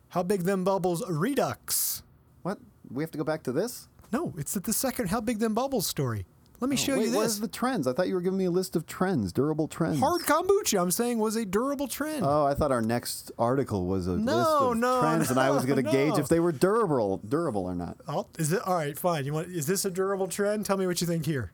[SPEAKER 2] How big them bubbles? Redux.
[SPEAKER 1] What? We have to go back to this?
[SPEAKER 2] No, it's at the second How Big Them Bubbles story. Let me show
[SPEAKER 1] Wait,
[SPEAKER 2] you this.
[SPEAKER 1] where's the trends? I thought you were giving me a list of trends, durable trends.
[SPEAKER 2] Hard kombucha, I'm saying, was a durable trend.
[SPEAKER 1] Oh, I thought our next article was a
[SPEAKER 2] No,
[SPEAKER 1] list of
[SPEAKER 2] no,
[SPEAKER 1] trends, and I was
[SPEAKER 2] no,
[SPEAKER 1] going to gauge
[SPEAKER 2] no.
[SPEAKER 1] if they were durable, durable or not.
[SPEAKER 2] I'll- is it all right? Fine. You want? Is this a durable trend? Tell me what you think here.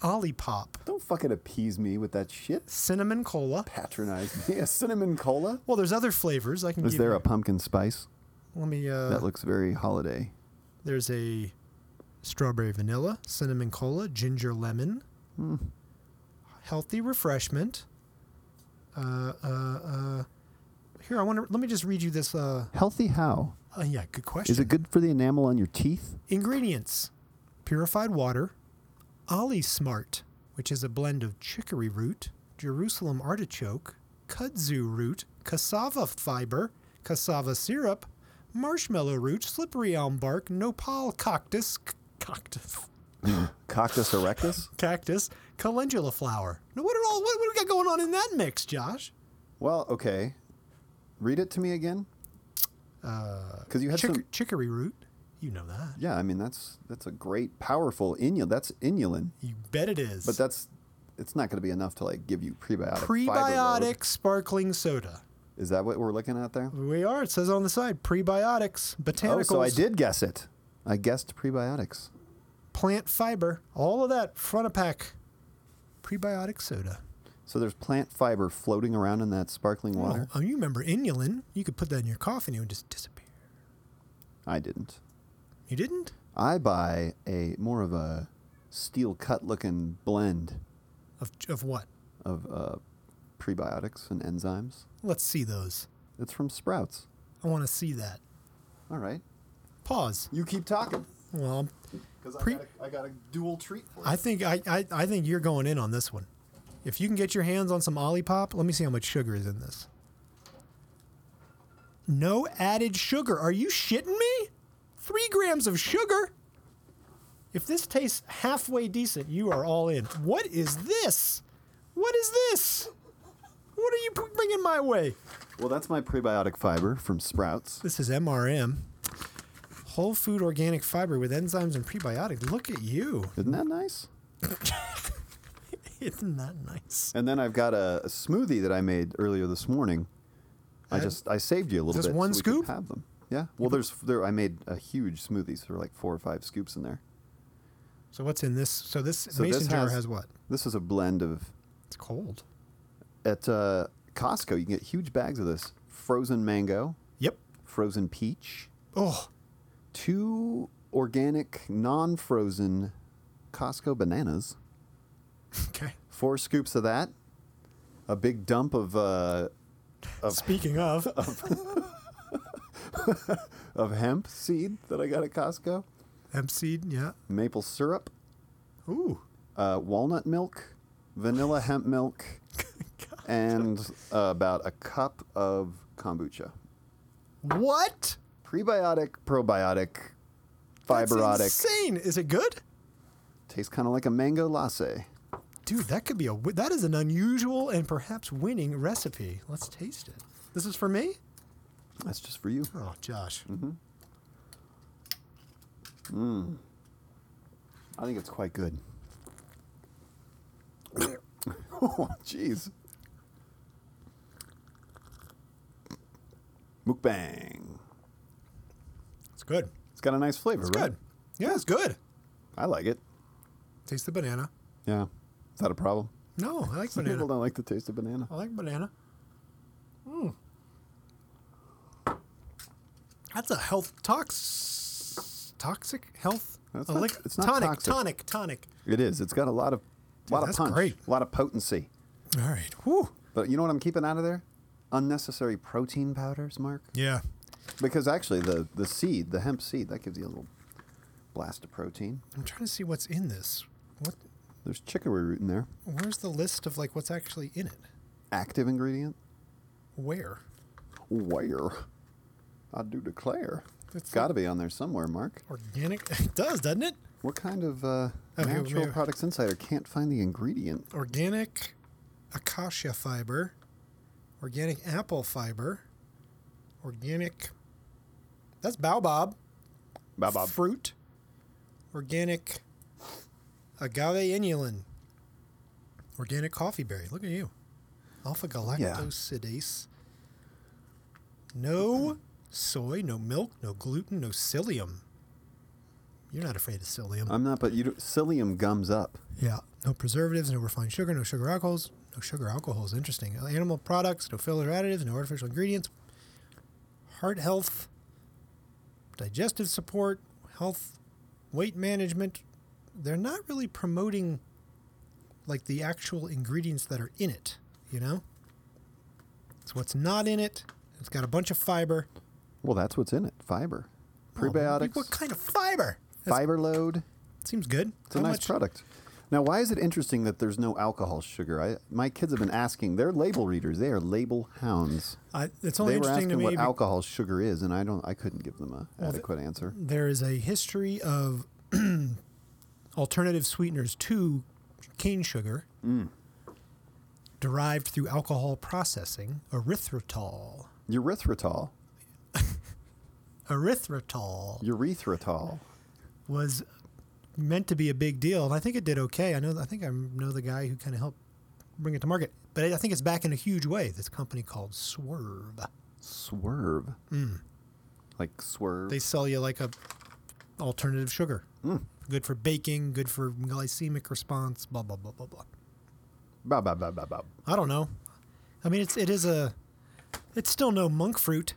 [SPEAKER 2] Olipop,
[SPEAKER 1] Don't fucking appease me with that shit.
[SPEAKER 2] cinnamon cola.
[SPEAKER 1] Patronize me. A cinnamon cola?
[SPEAKER 2] Well, there's other flavors I can.
[SPEAKER 1] Is
[SPEAKER 2] give
[SPEAKER 1] there
[SPEAKER 2] you.
[SPEAKER 1] a pumpkin spice?
[SPEAKER 2] Let me. Uh,
[SPEAKER 1] That looks very holiday.
[SPEAKER 2] there's a strawberry vanilla, cinnamon cola, ginger lemon,
[SPEAKER 1] Hmm.
[SPEAKER 2] healthy refreshment. Uh, uh, uh, here, I want to. Let me just read you this. Uh,
[SPEAKER 1] Healthy how?
[SPEAKER 2] uh, yeah, good question.
[SPEAKER 1] Is it good for the enamel on your teeth?
[SPEAKER 2] Ingredients purified water, Ali Smart, which is a blend of chicory root, Jerusalem artichoke, kudzu root, cassava fiber, cassava syrup, marshmallow root, slippery elm bark, nopal cactus, c- cactus,
[SPEAKER 1] Cactus erectus?
[SPEAKER 2] cactus, calendula flower. Now, what are all what, what do we got going on in that mix, Josh?
[SPEAKER 1] Well, okay. Read it to me again. Because you had
[SPEAKER 2] Uh, Chic-
[SPEAKER 1] some.
[SPEAKER 2] chicory root, you know that.
[SPEAKER 1] Yeah, I mean that's that's a great, powerful inulin. That's inulin,
[SPEAKER 2] You bet it is.
[SPEAKER 1] but that's it's not going to be enough to like give you prebiotic. fiber load.
[SPEAKER 2] prebiotic sparkling soda.
[SPEAKER 1] Is that what we're looking at there?
[SPEAKER 2] We are. It says on the side prebiotics, botanicals,
[SPEAKER 1] Oh, so I did guess it. I guessed prebiotics.
[SPEAKER 2] plant fiber, all of that front of pack. Prebiotic soda.
[SPEAKER 1] So there's plant fiber floating around in that sparkling water.
[SPEAKER 2] Oh, you remember inulin? You could put that in your coffee and it would just disappear.
[SPEAKER 1] I didn't.
[SPEAKER 2] You didn't?
[SPEAKER 1] I buy a more of a steel cut looking blend
[SPEAKER 2] Of, of what?
[SPEAKER 1] of uh, prebiotics and enzymes.
[SPEAKER 2] Let's see those.
[SPEAKER 1] It's from Sprouts.
[SPEAKER 2] I want to see that.
[SPEAKER 1] All right.
[SPEAKER 2] Pause.
[SPEAKER 1] You keep talking
[SPEAKER 2] Well,
[SPEAKER 1] because
[SPEAKER 2] Pre-
[SPEAKER 1] I, got a- I got a dual treat for you.
[SPEAKER 2] I think I, I, I think you're going in on this one. If you can get your hands on some Olipop, let me see how much sugar is in this. No added sugar. Are you shitting me? Three grams of sugar? If this tastes halfway decent, you are all in. What is this? What is this? What are you p- bringing my way?
[SPEAKER 1] Well, that's my prebiotic fiber from Sprouts.
[SPEAKER 2] This is MRM. Whole food organic fiber with enzymes and prebiotics. Look at you.
[SPEAKER 1] Isn't that nice?
[SPEAKER 2] Isn't that nice?
[SPEAKER 1] And then I've got a, a smoothie that I made earlier this morning. I
[SPEAKER 2] Add-
[SPEAKER 1] just I saved you a little
[SPEAKER 2] Just
[SPEAKER 1] bit.
[SPEAKER 2] one
[SPEAKER 1] so we could
[SPEAKER 2] scoop?
[SPEAKER 1] have them. Yeah. Well, there's there. I made a huge smoothie, so there are like four or five scoops in there.
[SPEAKER 2] So what's in this? So this
[SPEAKER 1] So
[SPEAKER 2] mason
[SPEAKER 1] this
[SPEAKER 2] jar
[SPEAKER 1] has-
[SPEAKER 2] has, what?
[SPEAKER 1] This is a blend of
[SPEAKER 2] It's cold.
[SPEAKER 1] at uh, Costco. You can get huge bags of this frozen mango,
[SPEAKER 2] Yep.
[SPEAKER 1] frozen peach,
[SPEAKER 2] Oh,
[SPEAKER 1] two organic non-frozen Costco bananas,
[SPEAKER 2] okay.
[SPEAKER 1] four scoops of that, a big dump of uh,
[SPEAKER 2] Speaking of,
[SPEAKER 1] of hemp seed that I got at Costco,
[SPEAKER 2] hemp seed, yeah.
[SPEAKER 1] maple syrup,
[SPEAKER 2] Ooh,
[SPEAKER 1] uh, walnut milk, vanilla hemp milk, and uh, about a cup of kombucha.
[SPEAKER 2] what?
[SPEAKER 1] Prebiotic, probiotic,
[SPEAKER 2] That's
[SPEAKER 1] fiberotic.
[SPEAKER 2] insane. Is it good?
[SPEAKER 1] Tastes kind of like a mango latte.
[SPEAKER 2] Dude, that could be a wi- that is an unusual and perhaps winning recipe. Let's taste it. This is for me. Mm-hmm.
[SPEAKER 1] That's just for you.
[SPEAKER 2] Oh, Josh.
[SPEAKER 1] I think it's quite good. oh, jeez. Mukbang.
[SPEAKER 2] It's good.
[SPEAKER 1] It's got a nice flavor,
[SPEAKER 2] It's
[SPEAKER 1] right?
[SPEAKER 2] good. Yeah, it's good.
[SPEAKER 1] I like it.
[SPEAKER 2] Taste the banana.
[SPEAKER 1] Yeah. Is that a problem?
[SPEAKER 2] No, I like
[SPEAKER 1] Some people
[SPEAKER 2] banana.
[SPEAKER 1] don't like the taste of banana.
[SPEAKER 2] I like banana. Hmm. Mm. That's a health tox toxic health.
[SPEAKER 1] That's
[SPEAKER 2] a
[SPEAKER 1] not-
[SPEAKER 2] lic-
[SPEAKER 1] it's not
[SPEAKER 2] tonic,
[SPEAKER 1] toxic.
[SPEAKER 2] tonic, tonic.
[SPEAKER 1] It is. It's got a lot of lot of
[SPEAKER 2] that's
[SPEAKER 1] punch,
[SPEAKER 2] great.
[SPEAKER 1] a lot of potency.
[SPEAKER 2] All right. Whew.
[SPEAKER 1] But you know what I'm keeping out of there? Unnecessary protein powders, Mark.
[SPEAKER 2] Yeah.
[SPEAKER 1] Because actually, the the seed, the hemp seed, that gives you a little blast of protein.
[SPEAKER 2] I'm trying to see what's in this. What?
[SPEAKER 1] There's chicory root in there.
[SPEAKER 2] Where's the list of like what's actually in it?
[SPEAKER 1] Active ingredient.
[SPEAKER 2] Where?
[SPEAKER 1] Where? I do declare.
[SPEAKER 2] It's
[SPEAKER 1] It's got to be on there somewhere, Mark.
[SPEAKER 2] Organic. It does, doesn't it?
[SPEAKER 1] What kind of uh,
[SPEAKER 2] Oh, here,
[SPEAKER 1] natural
[SPEAKER 2] here.
[SPEAKER 1] products insider can't find the ingredient?
[SPEAKER 2] Organic acacia fiber, organic apple fiber, organic. That's baobab. Fruit. Organic agave inulin. Organic coffee berry. Look at you. Alpha galactosidase. No soy, no milk, no gluten, no psyllium. You're not afraid of psyllium.
[SPEAKER 1] I'm not, but you do, psyllium gums up.
[SPEAKER 2] yeah. No preservatives, no refined sugar, no sugar alcohols. No sugar alcohols. Interesting. Animal products, no filler additives, no artificial ingredients. Heart health, digestive support, health, weight management. They're not really promoting like the actual ingredients that are in it, you know? So what's not in it, it's got a bunch of fiber.
[SPEAKER 1] Well, that's what's in it: fiber,
[SPEAKER 2] Oh,
[SPEAKER 1] prebiotics,
[SPEAKER 2] What kind of fiber? That
[SPEAKER 1] fiber load.
[SPEAKER 2] seems good.
[SPEAKER 1] It's a nice product. Now, why is it interesting that there's no alcohol sugar? I, my kids have been asking. They're label readers. They are label hounds.
[SPEAKER 2] I, it's only
[SPEAKER 1] They were
[SPEAKER 2] interesting to
[SPEAKER 1] asking
[SPEAKER 2] me.
[SPEAKER 1] what
[SPEAKER 2] be-
[SPEAKER 1] alcohol sugar is, and I don't. I couldn't give them a
[SPEAKER 2] th-
[SPEAKER 1] adequate answer.
[SPEAKER 2] there is a history of alternative sweeteners to cane sugar derived through alcohol processing, erythritol.
[SPEAKER 1] Urethritol,
[SPEAKER 2] Erythritol
[SPEAKER 1] urethritol.
[SPEAKER 2] was meant to be a big deal, and I think it did okay. I know, I think I know the guy who kind of helped bring it to market, but I think it's back in a huge way. This company called Swerve.
[SPEAKER 1] Swerve. Like swerve.
[SPEAKER 2] Mm. They sell you like a alternative sugar, good for baking, good for glycemic response, blah blah blah blah blah.
[SPEAKER 1] Ba, ba, ba, ba, ba.
[SPEAKER 2] I don't know. I mean, it's it is a. It's still no monk fruit,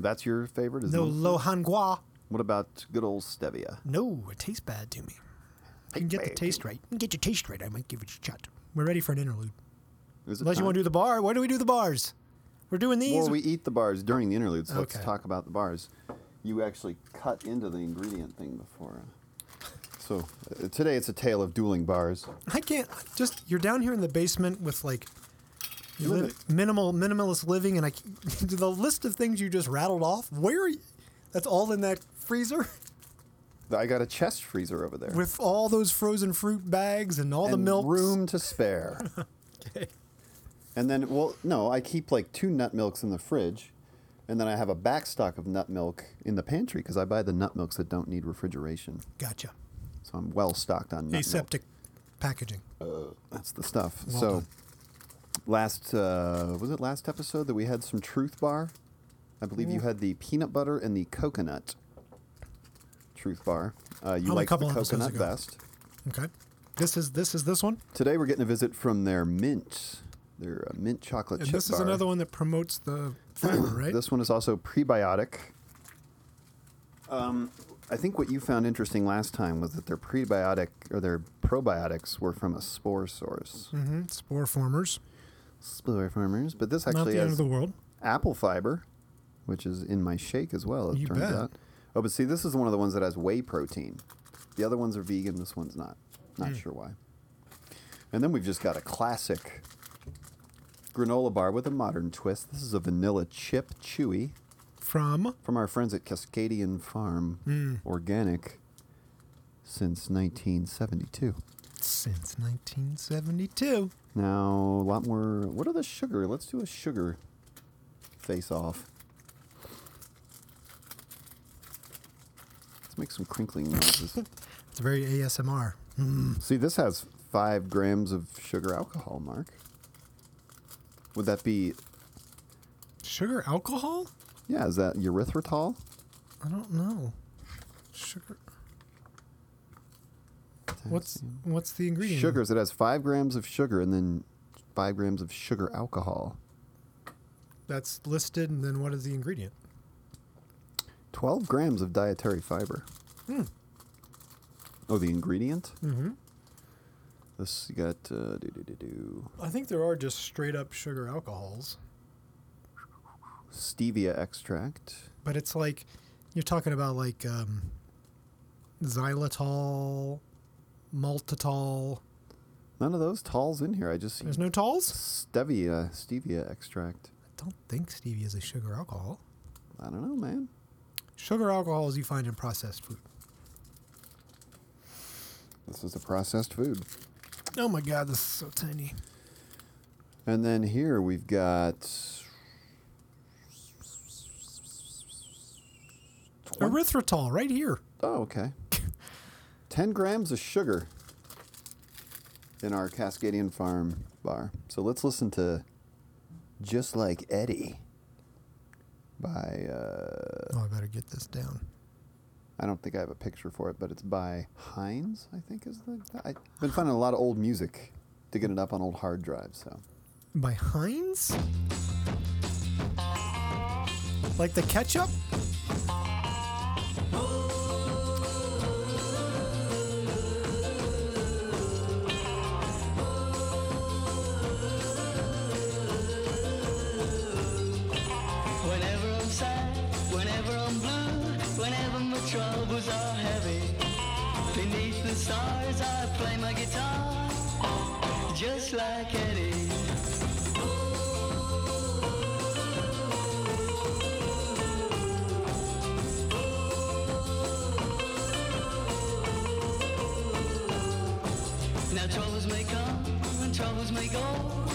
[SPEAKER 1] That's your favorite? Is
[SPEAKER 2] no
[SPEAKER 1] monk-
[SPEAKER 2] lohan gua.
[SPEAKER 1] What about good old stevia?
[SPEAKER 2] No, it tastes bad to me. You can get the
[SPEAKER 1] Bad.
[SPEAKER 2] taste right. You can get your taste right. I might give it a shot. We're ready for an interlude.
[SPEAKER 1] Is it
[SPEAKER 2] Unless you want to do the bar. Why do we do the bars? We're doing these.
[SPEAKER 1] Well, we eat the bars during the interludes. so Let's
[SPEAKER 2] Okay.
[SPEAKER 1] talk about the bars. You actually cut into the ingredient thing before. uh, So uh, today it's a tale of dueling bars.
[SPEAKER 2] I can't. Just you're down here in the basement with like you
[SPEAKER 1] live
[SPEAKER 2] live, minimal minimalist living, and I c- the list of things you just rattled off. Where? Are you, that's all in that freezer
[SPEAKER 1] I got a chest freezer over there.
[SPEAKER 2] with all those frozen fruit bags and all the
[SPEAKER 1] and
[SPEAKER 2] milk.
[SPEAKER 1] Room to spare. And then, well, no, I keep like two nut milks in the fridge, and then I have a backstock of nut milk in the pantry because I buy the nut milks that don't need refrigeration.
[SPEAKER 2] Gotcha.
[SPEAKER 1] So I'm well stocked on nut milk.
[SPEAKER 2] Aseptic packaging.
[SPEAKER 1] That's the stuff. so last uh, was it last episode that we had some truth bar? I believe you had the peanut butter and the coconut truth bar. Uh,
[SPEAKER 2] Only
[SPEAKER 1] you
[SPEAKER 2] a
[SPEAKER 1] like the
[SPEAKER 2] couple episodes
[SPEAKER 1] coconut
[SPEAKER 2] ago.
[SPEAKER 1] best.
[SPEAKER 2] Okay. This is this is this one.
[SPEAKER 1] Today we're getting a visit from their mint, their uh, mint chocolate
[SPEAKER 2] And
[SPEAKER 1] chip
[SPEAKER 2] this is
[SPEAKER 1] bar.
[SPEAKER 2] another one that promotes the fiber, right?
[SPEAKER 1] This one is also prebiotic. Um, I think what you found interesting last time was that their prebiotic or their probiotics were from a spore source,
[SPEAKER 2] hmm Spore formers.
[SPEAKER 1] spore farmers. But this
[SPEAKER 2] Not
[SPEAKER 1] actually
[SPEAKER 2] the end
[SPEAKER 1] has
[SPEAKER 2] of the world.
[SPEAKER 1] apple fiber, which is in my shake as well. It
[SPEAKER 2] You
[SPEAKER 1] turns
[SPEAKER 2] bet.
[SPEAKER 1] out. Oh, but see, this is one of the ones that has whey protein. The other ones are vegan. This one's not. Not
[SPEAKER 2] Hmm.
[SPEAKER 1] sure why. And then we've just got a classic granola bar with a modern twist. This is a vanilla chip chewy
[SPEAKER 2] From
[SPEAKER 1] from our friends at Cascadian Farm,
[SPEAKER 2] Hmm.
[SPEAKER 1] organic since 1972.
[SPEAKER 2] since 1972.
[SPEAKER 1] Now, a lot more. What are the sugar? Let's do a sugar face off. Let's make some crinkling noises.
[SPEAKER 2] It's very ASMR.
[SPEAKER 1] See, this has five grams of sugar alcohol, Mark. Would that be,
[SPEAKER 2] Sugar alcohol?
[SPEAKER 1] yeah, is that erythritol?
[SPEAKER 2] I don't know. Sugar. What's what's the ingredient?
[SPEAKER 1] Sugars. It has five grams of sugar and then five grams of sugar alcohol.
[SPEAKER 2] That's listed, and then what is the ingredient?
[SPEAKER 1] 12 grams of dietary fiber. Oh, the ingredient? Mm-hmm. This you got, uh, do, do, do, do.
[SPEAKER 2] I think there are just straight up sugar alcohols,
[SPEAKER 1] Stevia extract.
[SPEAKER 2] but it's like you're talking about like um, xylitol, maltitol.
[SPEAKER 1] None of those talls in here. I just see
[SPEAKER 2] There's no talls.
[SPEAKER 1] stevia, stevia extract.
[SPEAKER 2] I don't think stevia is a sugar alcohol.
[SPEAKER 1] I don't know, man.
[SPEAKER 2] Sugar alcohols you find in processed food.
[SPEAKER 1] This is a processed food.
[SPEAKER 2] Oh my god, this is so tiny.
[SPEAKER 1] And then here we've got
[SPEAKER 2] Erythritol, right here.
[SPEAKER 1] oh okay, ten grams of sugar in our Cascadian Farm bar. So let's listen to "Just Like Eddie" by uh,
[SPEAKER 2] Oh, I better get this down.
[SPEAKER 1] I don't think I have a picture for it, but it's by Hines. I think is the I've been finding a lot of old music, digging it up on old hard drives. So
[SPEAKER 2] By Heinz? Like the ketchup?
[SPEAKER 5] Whenever I'm sad, whenever I'm blue, whenever my troubles are heavy. Beneath the stars I play my guitar, just like Eddie. Now troubles may come and troubles may go,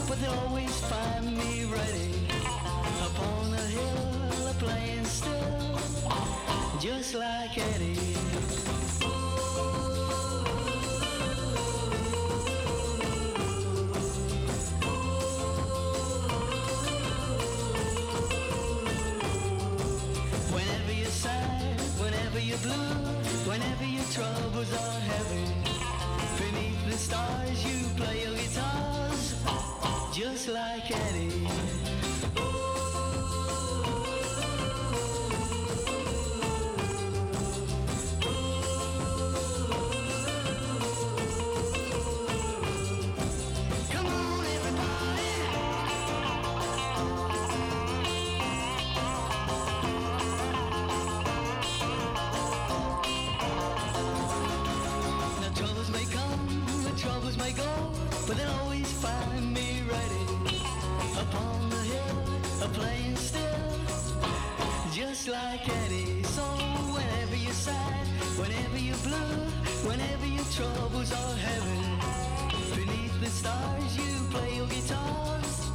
[SPEAKER 5] but they always find me ready. Up on the hill, playing still, just like Eddie. Whenever you're sad, whenever you're blue, whenever your troubles are heavy, beneath the stars you play your guitars, just like Eddie. Come on, everybody. Now troubles may come, the troubles may go, but they'll always find me ready. Upon the hill, a playing still, just like Eddie. So whenever you're sad, whenever you're blue, whenever your troubles are heavy, beneath the stars you play your guitars,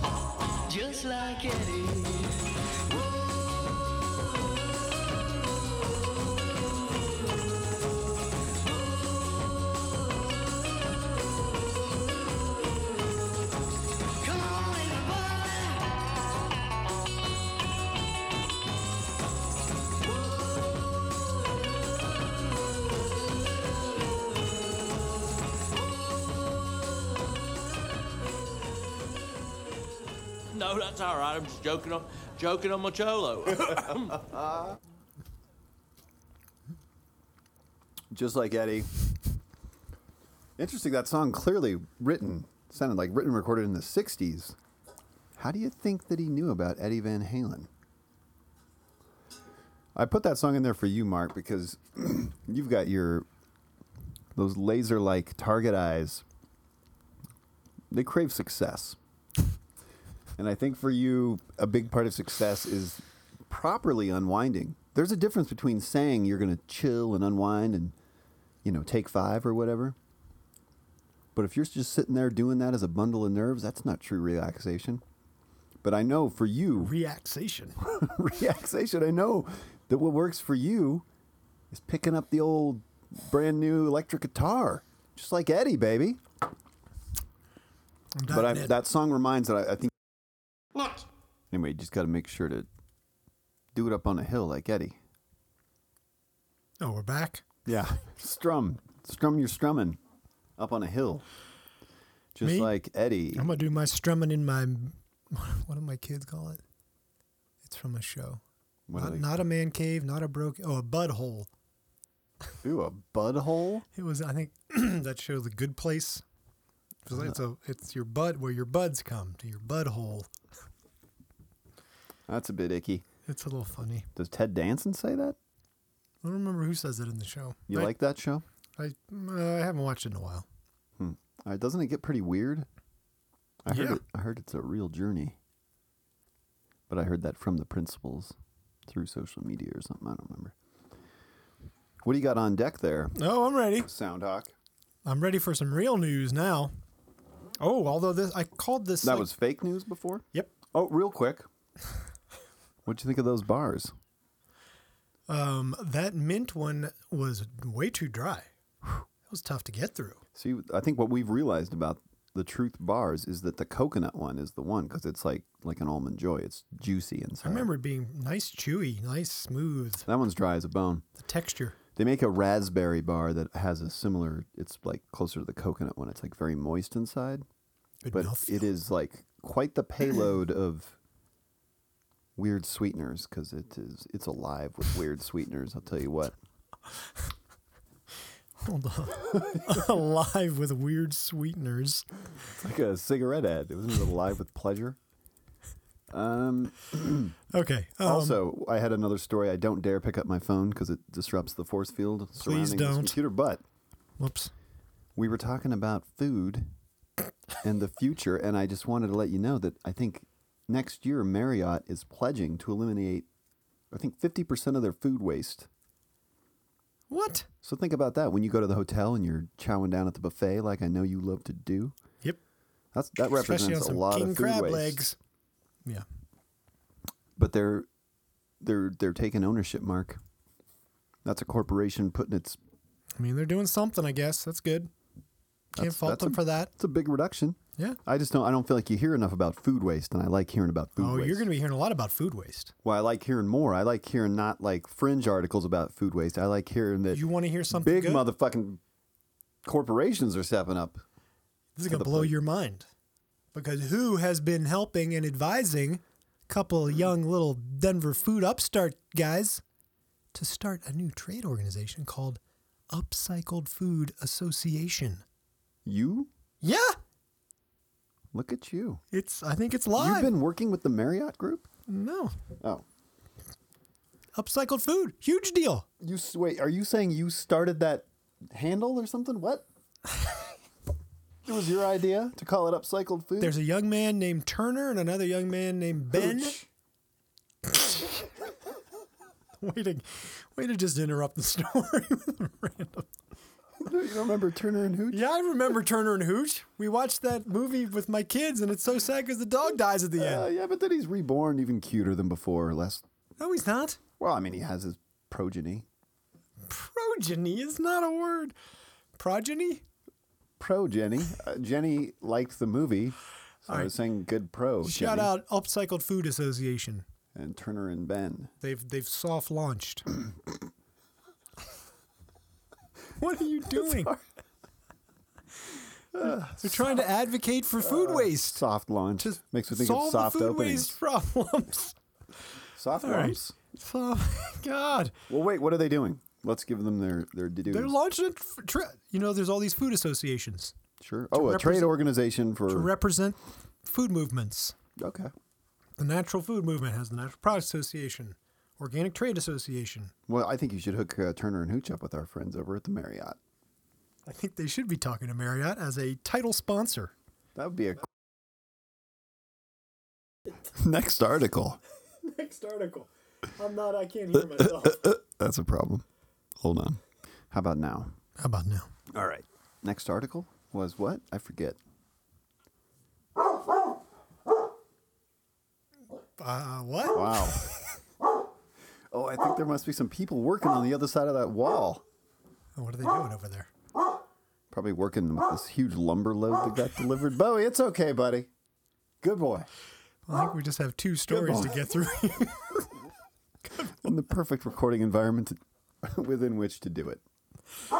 [SPEAKER 5] just like Eddie. Come on, everybody.
[SPEAKER 6] No, that's all right. I'm just joking on, joking on my cholo.
[SPEAKER 1] just like Eddie. Interesting. That song clearly written sounded like written and recorded in the '60s. How do you think that he knew about Eddie Van Halen? I put that song in there for you, Mark, because you've got your those laser-like target eyes. They crave success, and I think for you, a big part of success is properly unwinding. There's a difference between saying you're going to chill and unwind and you know, take five or whatever. But if you're just sitting there doing that as a bundle of nerves, that's not true relaxation. But I know for you,
[SPEAKER 2] Relaxation.
[SPEAKER 1] relaxation, I know that what works for you is picking up the old brand new electric guitar, just like Eddie, baby.
[SPEAKER 2] I'm
[SPEAKER 1] But I,
[SPEAKER 2] done. Ned.
[SPEAKER 1] that song reminds that I, I think.
[SPEAKER 7] Look,
[SPEAKER 1] Anyway, you just got to make sure to do it up on a hill like Eddie.
[SPEAKER 2] oh, we're back.
[SPEAKER 1] Yeah, strum, strum your strumming up on a hill, just
[SPEAKER 2] Me?
[SPEAKER 1] like Eddie.
[SPEAKER 2] I'm gonna do my strumming in my. What do my kids call it? It's from a show.
[SPEAKER 1] What do
[SPEAKER 2] not,
[SPEAKER 1] they-
[SPEAKER 2] not a man cave, not a broke. Oh, a bud hole.
[SPEAKER 1] Ooh, a bud hole.
[SPEAKER 2] It was, I think, that show, The Good Place. It was like- It's, a, it's your bud where your buds come to your bud hole.
[SPEAKER 1] That's a bit icky.
[SPEAKER 2] It's a little funny.
[SPEAKER 1] Does Ted Danson say that?
[SPEAKER 2] I don't remember who says it in the show.
[SPEAKER 1] You like that show?
[SPEAKER 2] I uh, I haven't watched it in a while.
[SPEAKER 1] All right, Uh, doesn't it get pretty weird? I heard
[SPEAKER 2] Yeah.
[SPEAKER 1] it, I heard it's a real journey. But I heard that from the principals through social media or something. I don't remember. What do you got on deck there,
[SPEAKER 2] Oh, I'm ready.
[SPEAKER 1] Soundhawk?
[SPEAKER 2] I'm ready for some real news now. Oh, although this I called this.
[SPEAKER 1] That
[SPEAKER 2] like-
[SPEAKER 1] was fake news before?
[SPEAKER 2] Yep.
[SPEAKER 1] Oh, real quick. What'd you think of those bars?
[SPEAKER 2] Um, that mint one was way too dry. Whew, That was tough to get through.
[SPEAKER 1] See, I think what we've realized about the truth bars is that the coconut one is the one because it's like like an almond joy. It's juicy inside.
[SPEAKER 2] I remember it being nice, chewy, nice, smooth.
[SPEAKER 1] that one's dry as a bone.
[SPEAKER 2] The texture.
[SPEAKER 1] They make a raspberry bar that has a similar. It's like closer to the coconut one. It's like very moist inside,
[SPEAKER 2] Good
[SPEAKER 1] but
[SPEAKER 2] mouth.
[SPEAKER 1] it is like quite the payload of weird sweeteners because it is. It's alive with weird sweeteners. I'll tell you what.
[SPEAKER 2] Hold on. Alive with weird sweeteners.
[SPEAKER 1] It's like a cigarette ad. It was alive with pleasure. Um,
[SPEAKER 2] Okay. Um,
[SPEAKER 1] also, I had another story. I don't dare pick up my phone because it disrupts the force field surrounding this
[SPEAKER 2] don't.
[SPEAKER 1] computer. But
[SPEAKER 2] whoops.
[SPEAKER 1] we were talking about food and the future, and I just wanted to let you know that I think next year Marriott is pledging to eliminate, I think, 50% of their food waste.
[SPEAKER 2] What?
[SPEAKER 1] So think about that when you go to the hotel and you're chowing down at the buffet, like I know you love to do.
[SPEAKER 2] Yep.
[SPEAKER 1] That's, that
[SPEAKER 2] Especially on
[SPEAKER 1] represents a
[SPEAKER 2] some
[SPEAKER 1] lot
[SPEAKER 2] king
[SPEAKER 1] of food
[SPEAKER 2] crab
[SPEAKER 1] waste.
[SPEAKER 2] legs. Yeah.
[SPEAKER 1] But they're they're they're taking ownership, Mark. That's a corporation putting its.
[SPEAKER 2] I mean, they're doing something, I guess. That's good. Can't
[SPEAKER 1] That's-
[SPEAKER 2] fault
[SPEAKER 1] that's
[SPEAKER 2] them
[SPEAKER 1] a-
[SPEAKER 2] for that.
[SPEAKER 1] It's a big reduction.
[SPEAKER 2] Yeah.
[SPEAKER 1] I just don't. I don't feel like you hear enough about food waste, and I like hearing about food
[SPEAKER 2] oh,
[SPEAKER 1] waste.
[SPEAKER 2] you're going to be hearing a lot about food waste.
[SPEAKER 1] Well, I like hearing more. I like hearing not like fringe articles about food waste. I like hearing that
[SPEAKER 2] You want to hear something
[SPEAKER 1] big
[SPEAKER 2] good?
[SPEAKER 1] motherfucking corporations are stepping up.
[SPEAKER 2] This is going to blow your mind. Because who has been helping and advising a couple of young little Denver food upstart guys to start a new trade organization called Upcycled Food Association?
[SPEAKER 1] You
[SPEAKER 2] Yeah,
[SPEAKER 1] look at you.
[SPEAKER 2] it's I think it's live.
[SPEAKER 1] You've been working with the Marriott Group.
[SPEAKER 2] no.
[SPEAKER 1] Oh,
[SPEAKER 2] Upcycled food, huge deal.
[SPEAKER 1] you s- wait. Are you saying you started that handle or something? What? it was your idea to call it upcycled food.
[SPEAKER 2] There's a young man named Turner and another young man named Ben.
[SPEAKER 1] Hooch.
[SPEAKER 2] way to way to just interrupt the story with a random.
[SPEAKER 1] you don't remember Turner and Hooch?
[SPEAKER 2] Yeah, I remember Turner and Hooch. We watched that movie with my kids, and it's so sad because the dog dies at the
[SPEAKER 1] Uh,
[SPEAKER 2] end.
[SPEAKER 1] yeah, but then he's reborn even cuter than before. Less.
[SPEAKER 2] No, he's not.
[SPEAKER 1] Well, I mean, he has his progeny.
[SPEAKER 2] Progeny is not a word. Progeny?
[SPEAKER 1] pro Jenny. Uh, Jenny liked the movie. So I
[SPEAKER 2] right.
[SPEAKER 1] was saying good pro.
[SPEAKER 2] Shout
[SPEAKER 1] Jenny.
[SPEAKER 2] out Upcycled Food Association.
[SPEAKER 1] And Turner and Ben.
[SPEAKER 2] They've they've soft launched. what are you doing? They're trying to advocate for food waste.
[SPEAKER 1] Soft launch.
[SPEAKER 2] Just
[SPEAKER 1] Uh, Makes me think
[SPEAKER 2] solve
[SPEAKER 1] of soft
[SPEAKER 2] the food
[SPEAKER 1] openings.
[SPEAKER 2] waste problems.
[SPEAKER 1] Soft
[SPEAKER 2] right.
[SPEAKER 1] lumps.
[SPEAKER 2] Oh my god.
[SPEAKER 1] Well, wait, what are they doing? Let's give them their, their due.
[SPEAKER 2] They're launching a tr- tra- you know there's all these food associations
[SPEAKER 1] Sure. Oh, a trade
[SPEAKER 2] represent-
[SPEAKER 1] organization for.
[SPEAKER 2] to represent food movements.
[SPEAKER 1] okay.
[SPEAKER 2] The natural food movement has the Natural Product Association, Organic Trade Association.
[SPEAKER 1] Well, I think you should hook uh, Turner and Hooch up with our friends over at the Marriott.
[SPEAKER 2] I think they should be talking to Marriott as a title sponsor.
[SPEAKER 1] That would be a. Next article.
[SPEAKER 2] Next article. I'm not. I can't hear myself.
[SPEAKER 1] That's a problem. Hold on. How about now?
[SPEAKER 2] How about now?
[SPEAKER 1] All right. Next article was what? I forget.
[SPEAKER 2] Uh, what?
[SPEAKER 1] Wow. Oh, I think there must be some people working on the other side of that wall.
[SPEAKER 2] Oh, what are they doing over there?
[SPEAKER 1] Probably working with this huge lumber load that got delivered. Bowie, it's okay, buddy. Good boy.
[SPEAKER 2] I think we just have two stories to get through.
[SPEAKER 1] And the perfect recording environment to- within which to do it.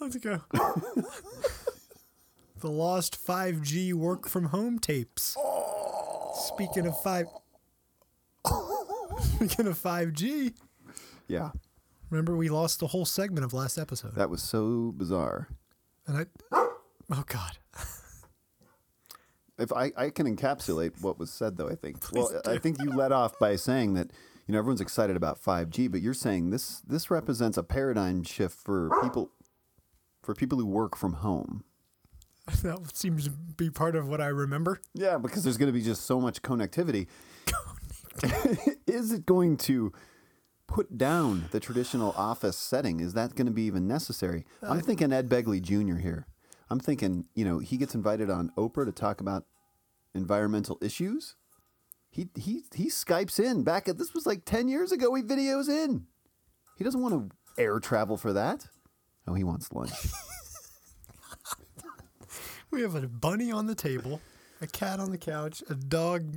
[SPEAKER 2] Let's go. the lost 5G work from home tapes. Speaking of five, speaking of 5G,
[SPEAKER 1] Yeah,
[SPEAKER 2] remember we lost the whole segment of last episode,
[SPEAKER 1] that was so bizarre.
[SPEAKER 2] and I, oh god,
[SPEAKER 1] If I, I can encapsulate what was said, though, I think. Well, I think you let off by saying that you know everyone's excited about 5G, but you're saying this this represents a paradigm shift for people for people who work from home.
[SPEAKER 2] that seems to be part of what I remember.
[SPEAKER 1] Yeah, because there's going to be just so much connectivity. Is it going to put down the traditional office setting? Is that going to be even necessary? I'm thinking Ed Begley Jr. here. I'm thinking, you know, he gets invited on Oprah to talk about environmental issues. He he he skypes in back at this was like 10 years ago. He videos in. He doesn't want to air travel for that. Oh, he wants lunch.
[SPEAKER 2] We have a bunny on the table, a cat on the couch, a dog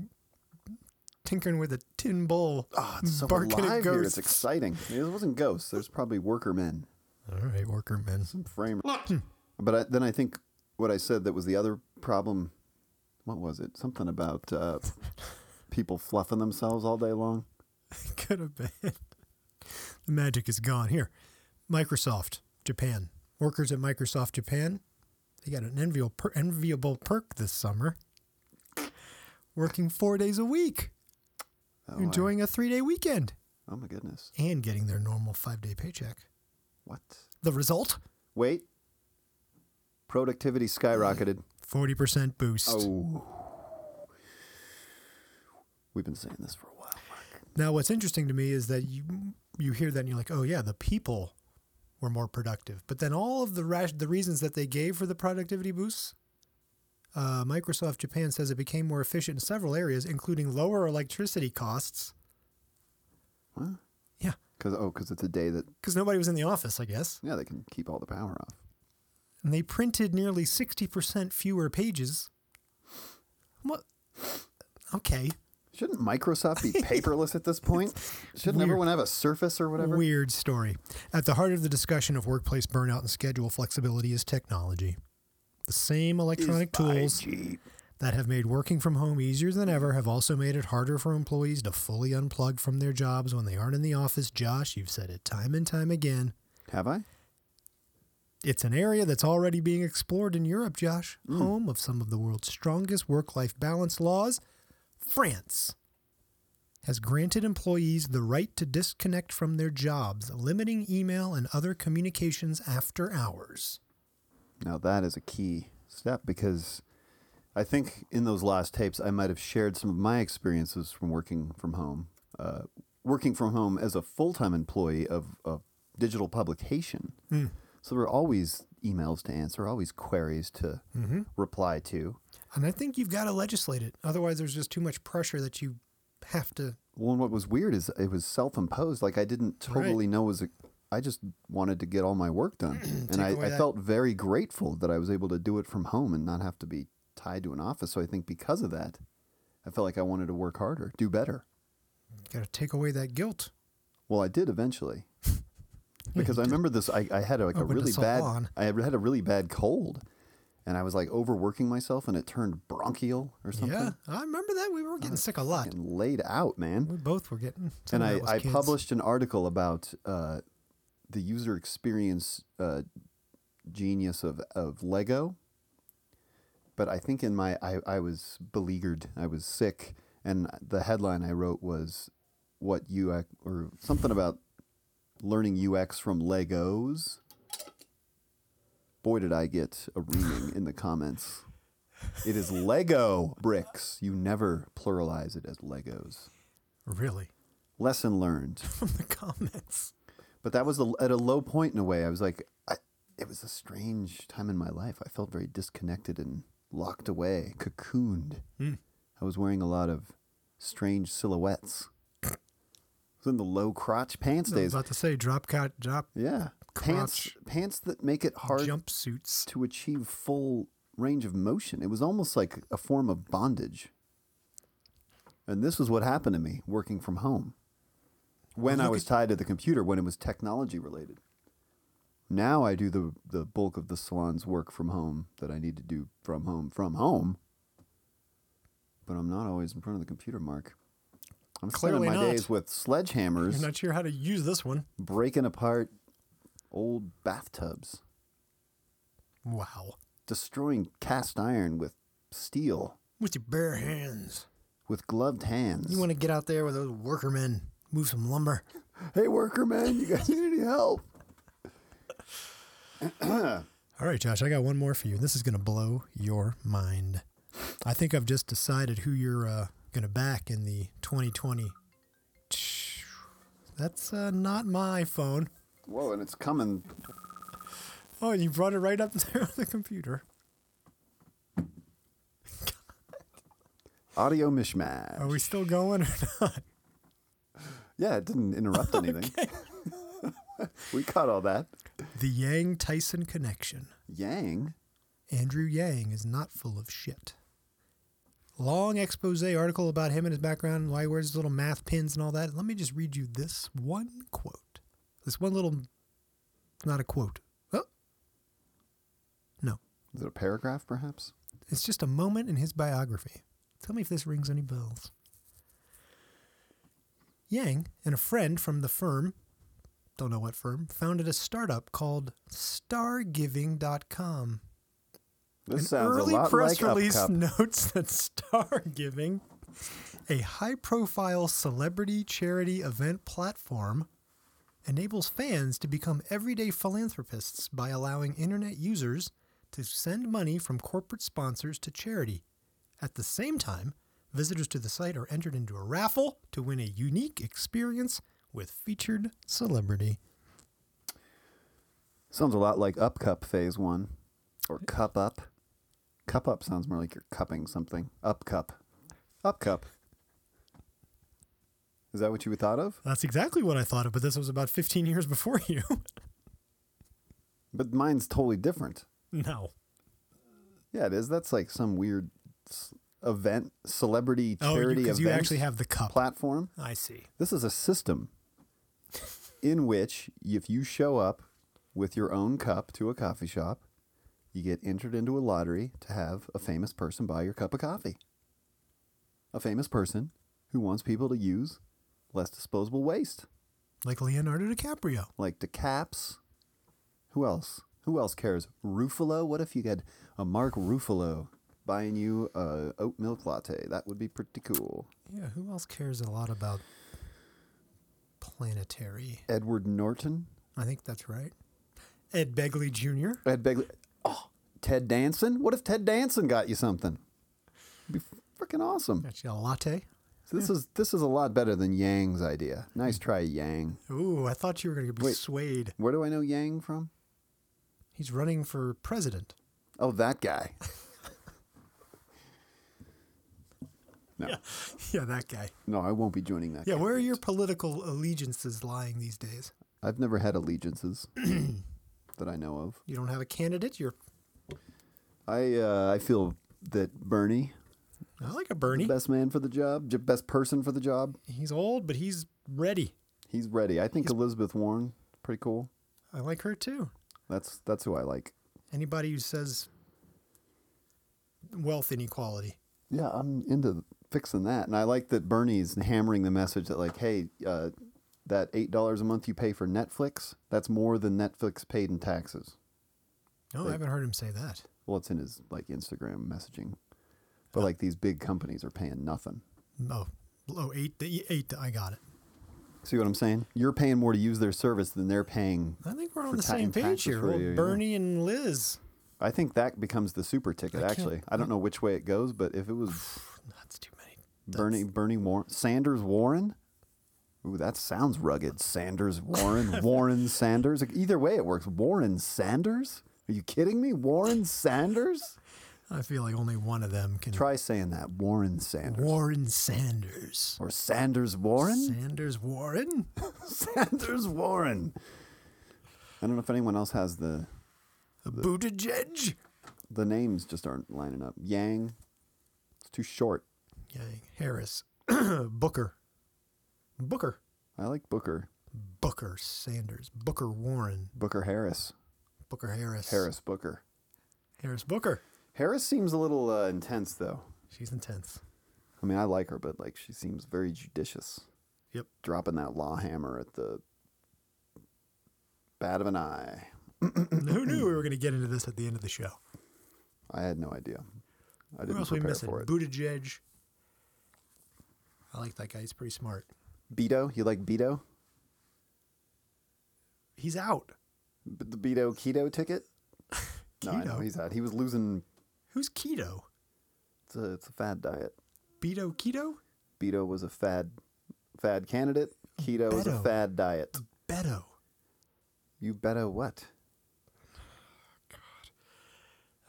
[SPEAKER 2] tinkering with a tin bowl,
[SPEAKER 1] Oh, it's so alive here. It's exciting. I mean, it wasn't ghosts. There's probably worker men.
[SPEAKER 2] All right, worker men.
[SPEAKER 1] framer. Hmm. But I, then I think what I said that was the other problem. What was it? Something about uh, people fluffing themselves all day long.
[SPEAKER 2] Could have been. The magic is gone. Here, Microsoft Japan. Workers at Microsoft Japan, they got an enviable, per- enviable perk this summer. Working four days a week,
[SPEAKER 1] Oh, I-
[SPEAKER 2] enjoying a three day weekend,
[SPEAKER 1] oh my goodness!
[SPEAKER 2] and getting their normal five day paycheck.
[SPEAKER 1] What?
[SPEAKER 2] The result?
[SPEAKER 1] Wait. Productivity skyrocketed.
[SPEAKER 2] 40% boost.
[SPEAKER 1] Oh. We've been saying this for a while. Mark.
[SPEAKER 2] Now, what's interesting to me is that you you hear that and you're like, oh yeah, the people were more productive, but then all of the rash, the reasons that they gave for the productivity boosts. Uh, Microsoft Japan says it became more efficient in several areas, including lower electricity costs.
[SPEAKER 1] What?
[SPEAKER 2] Yeah,
[SPEAKER 1] Because oh, because it's a day that
[SPEAKER 2] because nobody was in the office, I guess.
[SPEAKER 1] yeah they can keep all the power off.
[SPEAKER 2] And they printed nearly 60% fewer pages. What? Okay.
[SPEAKER 1] Shouldn't Microsoft be paperless at this point? Shouldn't
[SPEAKER 2] Weird.
[SPEAKER 1] everyone have a Surface or whatever?
[SPEAKER 2] Weird story. At the heart of the discussion of workplace burnout and schedule flexibility is technology. The same electronic tools that have made working from home easier than ever have also made it harder for employees to fully unplug from their jobs when they aren't in the office. Josh, you've said it time and time again.
[SPEAKER 1] Have I?
[SPEAKER 2] It's an area that's already being explored in Europe, Josh,
[SPEAKER 1] Hmm.
[SPEAKER 2] home of some of the world's strongest work life balance laws. France has granted employees the right to disconnect from their jobs, limiting email and other communications after hours.
[SPEAKER 1] Now that is a key step because I think in those last tapes I might have shared some of my experiences from working from home, uh, working from home as a full time employee of a digital publication. So there are always emails to answer, always queries to reply to.
[SPEAKER 2] And I think you've got to legislate it. Otherwise, there's just too much pressure that you have to.
[SPEAKER 1] Well, and what was weird is it was self imposed. Like I didn't
[SPEAKER 2] Right.
[SPEAKER 1] totally know it was. A, I just wanted to get all my work done, and I,
[SPEAKER 2] away
[SPEAKER 1] I
[SPEAKER 2] that-
[SPEAKER 1] felt very grateful that I was able to do it from home and not have to be tied to an office. So I think because of that, I felt like I wanted to work harder, do better.
[SPEAKER 2] Got to take away that guilt.
[SPEAKER 1] Well, I did eventually, because I remember this. I, I had like a
[SPEAKER 2] Opened a
[SPEAKER 1] really bad.
[SPEAKER 2] salon.
[SPEAKER 1] I had a really bad cold, and I was like overworking myself, and it turned bronchial or something.
[SPEAKER 2] Yeah, I remember that. We were getting sick a lot.
[SPEAKER 1] And laid out, man.
[SPEAKER 2] We both were getting. some
[SPEAKER 1] and
[SPEAKER 2] of
[SPEAKER 1] I,
[SPEAKER 2] that was
[SPEAKER 1] I
[SPEAKER 2] kids.
[SPEAKER 1] published an article about uh, the user experience uh, genius of, of Lego. But I think in my, I, I was beleaguered, I was sick. And the headline I wrote was what UX, or something about learning UX from Legos. Boy, did I get a reading in the comments. It is Lego bricks. You never pluralize it as Legos
[SPEAKER 2] Really?
[SPEAKER 1] lesson learned.
[SPEAKER 2] From the comments.
[SPEAKER 1] But that was a, at a low point in a way. I was like, I, it was a strange time in my life. I felt very disconnected and locked away, cocooned. I was wearing a lot of strange silhouettes. It's in the low crotch pants
[SPEAKER 2] I was
[SPEAKER 1] days.
[SPEAKER 2] about to say drop cut, drop
[SPEAKER 1] Yeah, pants
[SPEAKER 2] crotch.
[SPEAKER 1] pants that make it hard
[SPEAKER 2] jumpsuits.
[SPEAKER 1] to achieve full range of motion. It was almost like a form of bondage. And this was what happened to me working from home. When I
[SPEAKER 2] Look
[SPEAKER 1] was
[SPEAKER 2] at-
[SPEAKER 1] tied to the computer, when it was technology related. Now I do the, the bulk of the salon's work from home that I need to do from home, from home. But I'm not always in front of the computer, Mark. I'm
[SPEAKER 2] Clearly
[SPEAKER 1] spending my
[SPEAKER 2] not.
[SPEAKER 1] days with sledgehammers,
[SPEAKER 2] I'm not sure how to use this one.
[SPEAKER 1] breaking apart old bathtubs
[SPEAKER 2] Wow.
[SPEAKER 1] destroying cast iron with steel,
[SPEAKER 2] With your bare hands.
[SPEAKER 1] with gloved hands.
[SPEAKER 2] You want to get out there with those workermen, move some lumber.
[SPEAKER 1] hey, worker man, you guys need any help?
[SPEAKER 2] All right, Josh, I got one more for you. This is going to blow your mind. I think I've just decided who you're uh, going to back in the 2020. That's uh, not my phone.
[SPEAKER 1] Whoa, and it's coming.
[SPEAKER 2] Oh, you brought it right up there on the computer.
[SPEAKER 1] Audio mishmash.
[SPEAKER 2] Are we still going or not?
[SPEAKER 1] Yeah, it didn't interrupt anything. we caught all that.
[SPEAKER 2] The Yang Tyson connection.
[SPEAKER 1] Yang.
[SPEAKER 2] Andrew Yang is not full of shit. Long expose article about him and his background, why he wears his little math pins and all that. Let me just read you this one quote. This one little, it's not a quote. Oh. No,
[SPEAKER 1] Is it a paragraph, perhaps?
[SPEAKER 2] it's just a moment in his biography. Tell me if this rings any bells. Yang and a friend from the firm, don't know what firm, founded a startup called stargiving.com.
[SPEAKER 1] This
[SPEAKER 2] An
[SPEAKER 1] sounds
[SPEAKER 2] early
[SPEAKER 1] a lot
[SPEAKER 2] press
[SPEAKER 1] like
[SPEAKER 2] release
[SPEAKER 1] Upcup.
[SPEAKER 2] notes that Star Giving, a high-profile celebrity charity event platform, enables fans to become everyday philanthropists by allowing internet users to send money from corporate sponsors to charity. At the same time, visitors to the site are entered into a raffle to win a unique experience with featured celebrity.
[SPEAKER 1] Sounds a lot like Up Cup Phase 1 or Cup Up. Cup Up sounds more like you're cupping something. Up Cup. Up Cup. Is that what you thought of?
[SPEAKER 2] That's exactly what I thought of, but this was about 15 years before you.
[SPEAKER 1] But mine's totally different.
[SPEAKER 2] no.
[SPEAKER 1] Yeah, it is. That's like some weird s- event, celebrity charity
[SPEAKER 2] because
[SPEAKER 1] event
[SPEAKER 2] Oh, you actually have the cup.
[SPEAKER 1] platform.
[SPEAKER 2] I see.
[SPEAKER 1] This is a system in which if you show up with your own cup to a coffee shop, you get entered into a lottery to have a famous person buy your cup of coffee. A famous person who wants people to use less disposable waste,
[SPEAKER 2] Like Leonardo DiCaprio.
[SPEAKER 1] like the caps. Who else? Who else cares? Ruffalo? What if you had a Mark Ruffalo buying you a oat milk latte? That would be pretty cool.
[SPEAKER 2] Yeah, who else cares a lot about planetary?
[SPEAKER 1] Edward Norton?
[SPEAKER 2] I think that's right. Ed Begley Jr.
[SPEAKER 1] Ed Begley. Oh, Ted Danson? What if Ted Danson got you something? It'd be freaking awesome.
[SPEAKER 2] Got you a latte.
[SPEAKER 1] So this is this is a lot better than Yang's idea. Nice try, Yang.
[SPEAKER 2] Ooh, I thought you were going to be
[SPEAKER 1] Wait.
[SPEAKER 2] swayed.
[SPEAKER 1] Where do I know Yang from?
[SPEAKER 2] He's running for president.
[SPEAKER 1] Oh, that guy. No.
[SPEAKER 2] Yeah, yeah, that guy.
[SPEAKER 1] No, I won't be joining that.
[SPEAKER 2] Yeah,
[SPEAKER 1] guy.
[SPEAKER 2] where are your political allegiances lying these days?
[SPEAKER 1] I've never had allegiances that I know of.
[SPEAKER 2] You don't have a candidate. You're
[SPEAKER 1] I uh, I feel that Bernie,
[SPEAKER 2] I like a Bernie.
[SPEAKER 1] best man for the job, j- best person for the job,
[SPEAKER 2] He's old, but he's ready.
[SPEAKER 1] he's ready. I think Elizabeth Warren, pretty cool.
[SPEAKER 2] I like her too.
[SPEAKER 1] That's that's who I like.
[SPEAKER 2] Anybody who says wealth inequality.
[SPEAKER 1] Yeah, I'm into fixing that, and I like that Bernie's hammering the message that like, hey, uh, that eight dollars a month you pay for Netflix, that's more than Netflix paid in taxes.
[SPEAKER 2] No, Oh, I haven't heard him say that.
[SPEAKER 1] Well, it's in his like Instagram messaging, but like these big companies are paying nothing.
[SPEAKER 2] Oh, oh, eight, the eight. the- I got it.
[SPEAKER 1] See what I'm saying? You're paying more to use their service than they're paying.
[SPEAKER 2] I think we're on
[SPEAKER 1] for
[SPEAKER 2] the
[SPEAKER 1] ta-
[SPEAKER 2] same
[SPEAKER 1] in
[SPEAKER 2] page
[SPEAKER 1] taxes
[SPEAKER 2] here.
[SPEAKER 1] for
[SPEAKER 2] Well,
[SPEAKER 1] you, yeah.
[SPEAKER 2] Bernie and Liz.
[SPEAKER 1] I think that becomes the super ticket.
[SPEAKER 2] I can't-
[SPEAKER 1] actually, I don't know which way it goes, but if it was
[SPEAKER 2] That's too many.
[SPEAKER 1] Bernie Bernie Warren Sanders Warren. Ooh, that sounds rugged. Sanders Warren Warren Sanders. Like, Either way, it works. Warren Sanders. Are you kidding me? Warren Sanders.
[SPEAKER 2] I feel like only one of them can.
[SPEAKER 1] Try saying that. Warren Sanders.
[SPEAKER 2] Warren Sanders.
[SPEAKER 1] or Sanders Warren?
[SPEAKER 2] Sanders Warren.
[SPEAKER 1] Sanders Warren. I don't know if anyone else has the
[SPEAKER 2] Buttigieg.
[SPEAKER 1] the names just aren't lining up. Yang. It's too short.
[SPEAKER 2] Yang Harris. Booker. Booker.
[SPEAKER 1] I like Booker.
[SPEAKER 2] Booker Sanders. Booker Warren.
[SPEAKER 1] Booker Harris.
[SPEAKER 2] Booker Harris.
[SPEAKER 1] Harris Booker.
[SPEAKER 2] Harris Booker.
[SPEAKER 1] Harris seems a little uh, intense though.
[SPEAKER 2] She's intense.
[SPEAKER 1] I mean, I like her, but like she seems very judicious.
[SPEAKER 2] Yep.
[SPEAKER 1] Dropping that law hammer at the bat of an eye.
[SPEAKER 2] Who knew we were going to get into this at the end of the show?
[SPEAKER 1] I had no idea. I
[SPEAKER 2] Who
[SPEAKER 1] didn't
[SPEAKER 2] else we
[SPEAKER 1] prepare
[SPEAKER 2] missing?
[SPEAKER 1] for it.
[SPEAKER 2] Buttigieg. I like that guy. He's pretty smart.
[SPEAKER 1] Beto, you like Beto?
[SPEAKER 2] He's out.
[SPEAKER 1] B- the Beto keto ticket? No, I know
[SPEAKER 2] Keto?
[SPEAKER 1] he's out. He was losing.
[SPEAKER 2] Who's keto?
[SPEAKER 1] It's a, it's a fad diet.
[SPEAKER 2] Beto keto?
[SPEAKER 1] Beto was a fad fad candidate. Keto was a
[SPEAKER 2] Beto.
[SPEAKER 1] fad diet.
[SPEAKER 2] Beto.
[SPEAKER 1] You Beto what?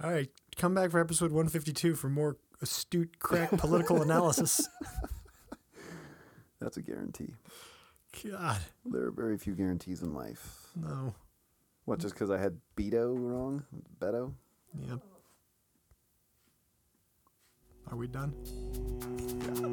[SPEAKER 2] All right, come back for episode 152 for more astute crack political analysis.
[SPEAKER 1] That's a guarantee.
[SPEAKER 2] God,
[SPEAKER 1] There are very few guarantees in life.
[SPEAKER 2] no.
[SPEAKER 1] What? Just because I had Beto wrong? Beto?
[SPEAKER 2] Yep. Are we done?
[SPEAKER 1] Yeah.